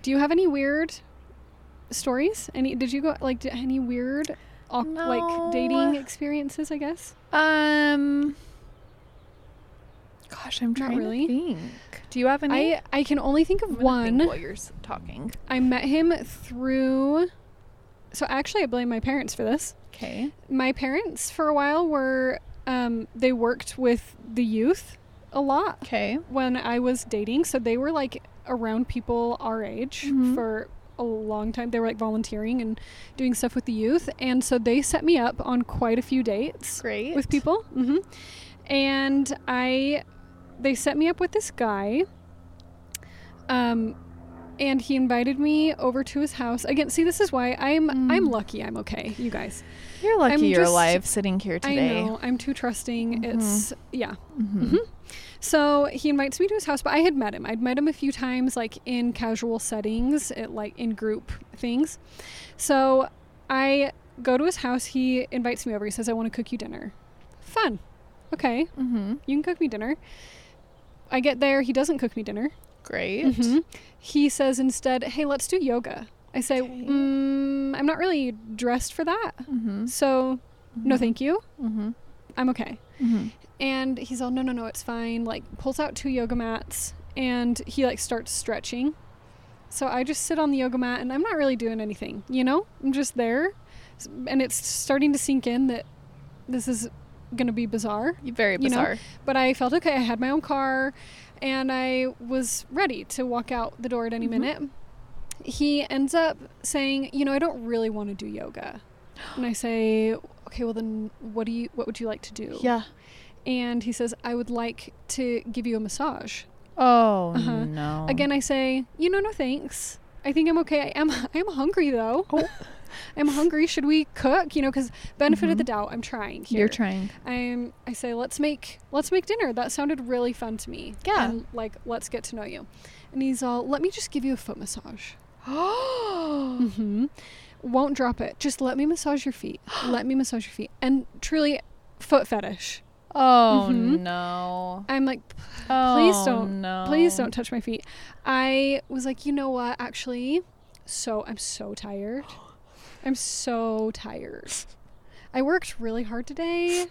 Speaker 1: Do you have any weird stories? Any? Did you go like d any weird, awk-
Speaker 2: No.
Speaker 1: like dating experiences? I guess.
Speaker 2: Um gosh, I'm
Speaker 1: Not
Speaker 2: trying
Speaker 1: really.
Speaker 2: to think. Do you have any
Speaker 1: I I can only think of
Speaker 2: I'm gonna think
Speaker 1: one.
Speaker 2: while you're s- talking.
Speaker 1: I met him through. So actually, I blame my parents for this.
Speaker 2: Okay.
Speaker 1: My parents, for a while, were um, they worked with the youth a lot
Speaker 2: Okay.
Speaker 1: when I was dating. So they were like around people our age
Speaker 2: Mhm.
Speaker 1: for a long time. They were like volunteering and doing stuff with the youth, and so they set me up on quite a few dates
Speaker 2: Great.
Speaker 1: with people. hmm And I, they set me up with this guy. Um, and he invited me over to his house again. See, this is why I'm
Speaker 2: Mm.
Speaker 1: I'm lucky. I'm okay, you guys.
Speaker 2: You're lucky
Speaker 1: I'm
Speaker 2: you're
Speaker 1: just-
Speaker 2: alive sitting here today.
Speaker 1: I know I'm too trusting.
Speaker 2: Mhm.
Speaker 1: It's yeah. Mm-hmm.
Speaker 2: Mhm.
Speaker 1: So he invites me to his house, but I had met him. I'd met him a few times, like in casual settings, at, like in group things. So I go to his house. He invites me over. He says, "I want to cook you dinner." Fun. Okay,
Speaker 2: Mhm.
Speaker 1: you can cook me dinner. I get there. He doesn't cook me dinner.
Speaker 2: Great.
Speaker 1: Mhm. He says instead, "Hey, let's do yoga." I say,
Speaker 2: Okay.
Speaker 1: mm, "I'm not really dressed for that,
Speaker 2: Mm-hmm.
Speaker 1: so no, thank you.
Speaker 2: Mm-hmm.
Speaker 1: I'm okay."
Speaker 2: Mm-hmm.
Speaker 1: And he's all, "No, no, no, it's fine." Like pulls out two yoga mats and he like starts stretching. So I just sit on the yoga mat and I'm not really doing anything, you know? I'm just there, S- and it's starting to sink in that this is gonna be bizarre.
Speaker 2: Very
Speaker 1: You know?
Speaker 2: bizarre.
Speaker 1: But I felt okay. I had my own car and I was ready to walk out the door at any
Speaker 2: Mhm.
Speaker 1: minute. He ends up saying, "You know, I don't really want to do yoga." And I say, "Okay, well then what do you what would you like to do?"
Speaker 2: Yeah.
Speaker 1: And he says, "I would like to give you a massage."
Speaker 2: Oh
Speaker 1: Uh-huh.
Speaker 2: no.
Speaker 1: Again, I say, "You know, no thanks. I think I'm okay. I am I am hungry though."
Speaker 2: Oh.
Speaker 1: I'm hungry. Should we cook? You know, because benefit of the
Speaker 2: Mhm.
Speaker 1: doubt, I'm trying here.
Speaker 2: you're trying.
Speaker 1: I'm I say let's make let's make dinner. That sounded really fun to me.
Speaker 2: Yeah.
Speaker 1: And like let's get to know you. And he's all let me just give you a foot massage.
Speaker 2: Oh.
Speaker 1: Mm-hmm. Won't drop it. Just let me massage your feet. let me massage your feet. And truly, foot fetish.
Speaker 2: Oh
Speaker 1: Mhm.
Speaker 2: no.
Speaker 1: I'm like
Speaker 2: Oh,
Speaker 1: don't-
Speaker 2: No.
Speaker 1: please don't touch my feet. I was like you know what actually. So I'm so tired. I'm so tired. I worked really hard today.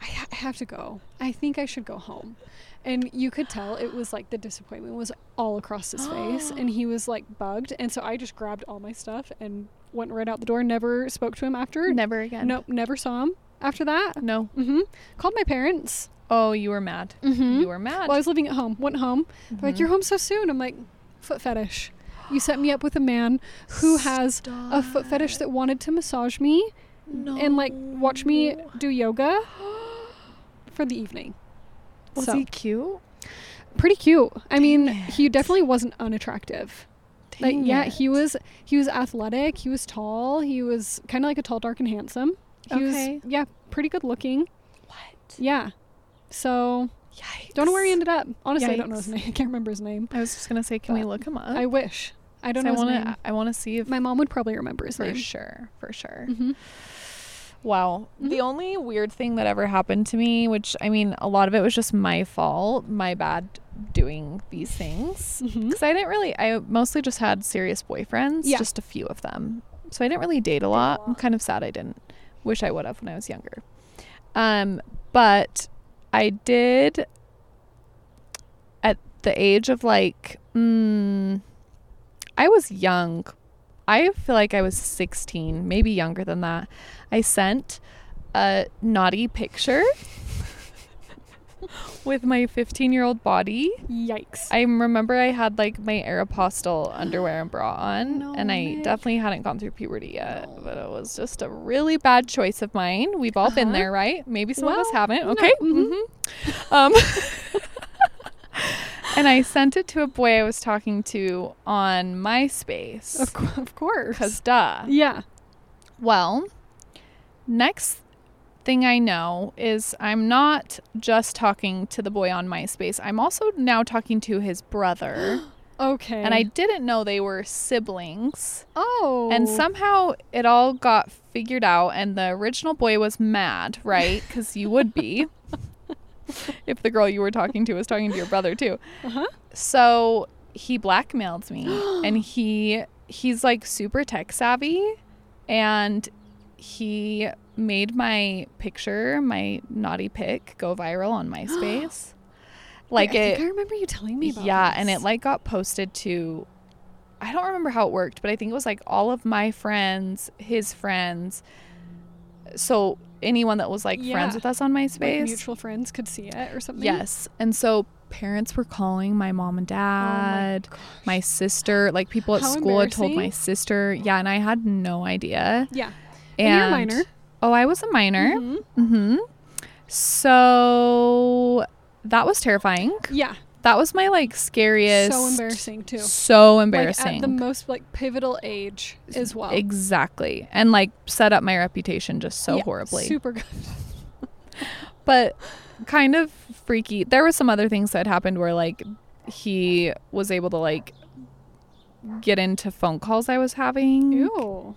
Speaker 1: I, ha- I have to go. I think I should go home. And you could tell it was like the disappointment was all across his face, and he was like bugged. And so I just grabbed all my stuff and went right out the door. Never spoke to him after.
Speaker 2: Never again.
Speaker 1: Nope, never saw him after that.
Speaker 2: No.
Speaker 1: Mm-hmm. Called my parents.
Speaker 2: Oh, you were mad.
Speaker 1: Mm-hmm.
Speaker 2: You were mad.
Speaker 1: Well, I was living at home. Went home. They're
Speaker 2: Mm-hmm.
Speaker 1: like, "You're home so soon." I'm like, "Foot fetish." You set me up with a man who has a foot fetish that wanted to massage me
Speaker 2: no.
Speaker 1: and like watch me do yoga for the evening.
Speaker 2: Was
Speaker 1: so
Speaker 2: he cute?
Speaker 1: pretty cute. I mean,
Speaker 2: Dang
Speaker 1: he definitely wasn't unattractive. Like,
Speaker 2: Dang
Speaker 1: yeah,
Speaker 2: it.
Speaker 1: he was. He was athletic. He was tall. He was kind of like a tall, dark, and handsome. He
Speaker 2: Okay.
Speaker 1: was yeah, pretty good looking.
Speaker 2: What?
Speaker 1: Yeah. So
Speaker 2: Yikes.
Speaker 1: don't know where he ended up. Honestly, I don't know his
Speaker 2: Yikes.
Speaker 1: name. I can't remember his name.
Speaker 2: I was just gonna say, can we
Speaker 1: But
Speaker 2: look him up?
Speaker 1: I wish. I don't
Speaker 2: Oh. So
Speaker 1: know. his
Speaker 2: wanna.
Speaker 1: name.
Speaker 2: I want to see if
Speaker 1: My mom would probably remember his
Speaker 2: for
Speaker 1: name.
Speaker 2: sure, for sure.
Speaker 1: Mhm.
Speaker 2: Wow. The only weird thing that ever happened to me, which I mean, a lot of it was just my fault, my bad doing these things. Because
Speaker 1: Mhm.
Speaker 2: I didn't really, I mostly just had serious boyfriends,
Speaker 1: Yeah.
Speaker 2: just a few of them. So I didn't really date a lot. I'm kind of sad I didn't. Wish I would have when I was younger. Um, but I did at the age of like, mm, I was young. I feel like I was 16, maybe younger than that. I sent a naughty picture with my 15 year old body.
Speaker 1: Yikes.
Speaker 2: I remember I had like my Aeropostale underwear and bra on,
Speaker 1: No,
Speaker 2: and I
Speaker 1: Nick.
Speaker 2: definitely hadn't gone through puberty yet,
Speaker 1: No.
Speaker 2: but it was just a really bad choice of mine. We've all been
Speaker 1: Uh-huh.
Speaker 2: there, right? Maybe some of us
Speaker 1: Well,
Speaker 2: haven't.
Speaker 1: no,
Speaker 2: Okay.
Speaker 1: mhm.
Speaker 2: hmm Um, and I sent it to a boy I was talking to on MySpace.
Speaker 1: of, cou- of course.
Speaker 2: Because duh.
Speaker 1: Yeah.
Speaker 2: Well, next thing I know is I'm not just talking to the boy on MySpace. I'm also now talking to his brother.
Speaker 1: Okay.
Speaker 2: and I didn't know they were siblings.
Speaker 1: oh
Speaker 2: And somehow it all got figured out, and the original boy was mad, right? Because you would be if the girl you were talking to was talking to your brother too.
Speaker 1: Uh-huh.
Speaker 2: So he blackmailed me, and he he's like super tech savvy, and he made my picture, my naughty pic, go viral on MySpace. like
Speaker 1: Wait, I
Speaker 2: it,
Speaker 1: think I remember you telling me about.
Speaker 2: yeah and
Speaker 1: this.
Speaker 2: it like got posted to i don't remember how it worked but i think it was like all of my friends his friends so anyone that was like
Speaker 1: Yeah.
Speaker 2: friends with us on
Speaker 1: Like,
Speaker 2: myspace
Speaker 1: mutual friends could see it or something.
Speaker 2: yes and so parents were calling my mom and dad
Speaker 1: Oh gosh.
Speaker 2: my, sister like people at
Speaker 1: How
Speaker 2: school had told my
Speaker 1: embarrassing.
Speaker 2: sister yeah and i had no idea
Speaker 1: Yeah.
Speaker 2: and
Speaker 1: And you're a minor.
Speaker 2: oh i was a minor Mm-hmm.
Speaker 1: Mhm.
Speaker 2: hmm so that was terrifying
Speaker 1: Yeah.
Speaker 2: That was my like scariest.
Speaker 1: so embarrassing too.
Speaker 2: So embarrassing.
Speaker 1: Like at the most like pivotal age as well.
Speaker 2: Exactly. And like set up my reputation just so
Speaker 1: Yeah,
Speaker 2: horribly.
Speaker 1: Super good.
Speaker 2: but kind of freaky. There were some other things that happened where like he was able to like get into phone calls I was having.
Speaker 1: Ew.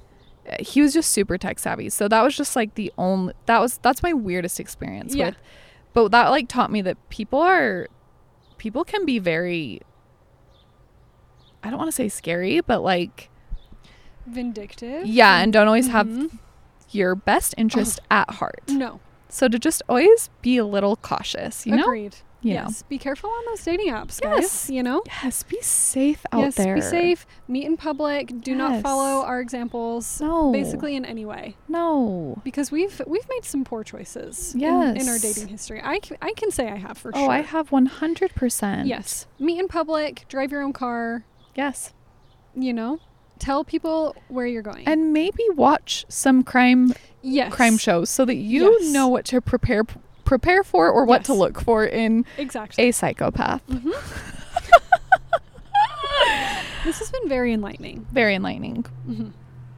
Speaker 2: He was just super tech savvy. So that was just like the only that was that's my weirdest experience
Speaker 1: Yeah.
Speaker 2: with. But that like taught me that people are people can be very I don't want to say scary, but like
Speaker 1: Vindictive.
Speaker 2: yeah, and don't always have
Speaker 1: Mhm.
Speaker 2: your best interest at heart.
Speaker 1: No.
Speaker 2: So to just always be a little cautious, you know?
Speaker 1: Agreed.
Speaker 2: You know.
Speaker 1: yes. Be careful on those dating apps, guys.
Speaker 2: Yes.
Speaker 1: You know.
Speaker 2: Yes, be safe out
Speaker 1: yes.
Speaker 2: there.
Speaker 1: Be safe. Meet in public. Do not follow
Speaker 2: Yes.
Speaker 1: our examples.
Speaker 2: No.
Speaker 1: Basically, in any way,
Speaker 2: No.
Speaker 1: because we've we've made some poor choices. in- In, our
Speaker 2: Yes.
Speaker 1: dating history, I c- I can say I have for
Speaker 2: Oh,
Speaker 1: sure.
Speaker 2: I have 100%.
Speaker 1: Yes. Meet in public. Drive your own car.
Speaker 2: Yes.
Speaker 1: You know. Tell people where you're going.
Speaker 2: And maybe watch some crime
Speaker 1: yes.
Speaker 2: crime shows so that you
Speaker 1: Yes.
Speaker 2: know what to prepare prepare for or what to
Speaker 1: Yes.
Speaker 2: look for in
Speaker 1: Exactly.
Speaker 2: a psychopath.
Speaker 1: this has been very enlightening.
Speaker 2: Very enlightening.
Speaker 1: hmm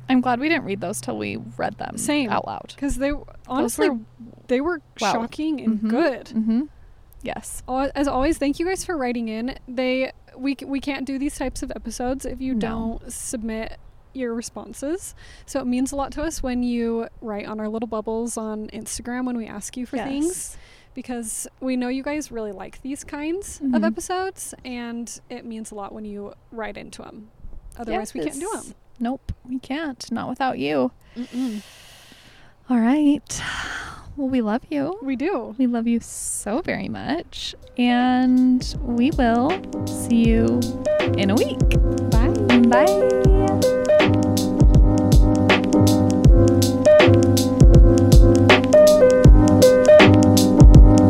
Speaker 2: I'm glad we didn't read those till we read them
Speaker 1: Same.
Speaker 2: out loud.
Speaker 1: Because they honestly,
Speaker 2: were-
Speaker 1: they were
Speaker 2: wow.
Speaker 1: shocking and
Speaker 2: Mhm.
Speaker 1: good.
Speaker 2: Mhm. Yes.
Speaker 1: Al- As always, thank you guys for writing in. They we c- we can't do these types of episodes if you
Speaker 2: No.
Speaker 1: don't submit your responses. So it means a lot to us when you write on our little bubbles on Instagram when we ask you for things because we know you guys really like these kinds of
Speaker 2: Mhm.
Speaker 1: episodes and it means a lot when you write into them. Otherwise, we can't do
Speaker 2: Yes.
Speaker 1: them.
Speaker 2: Nope, we can't. Not without you.
Speaker 1: Mm-mm.
Speaker 2: All right. Well, we love you.
Speaker 1: We do.
Speaker 2: We love you so very much. And we will see you in a week.
Speaker 1: Bye.
Speaker 2: Bye.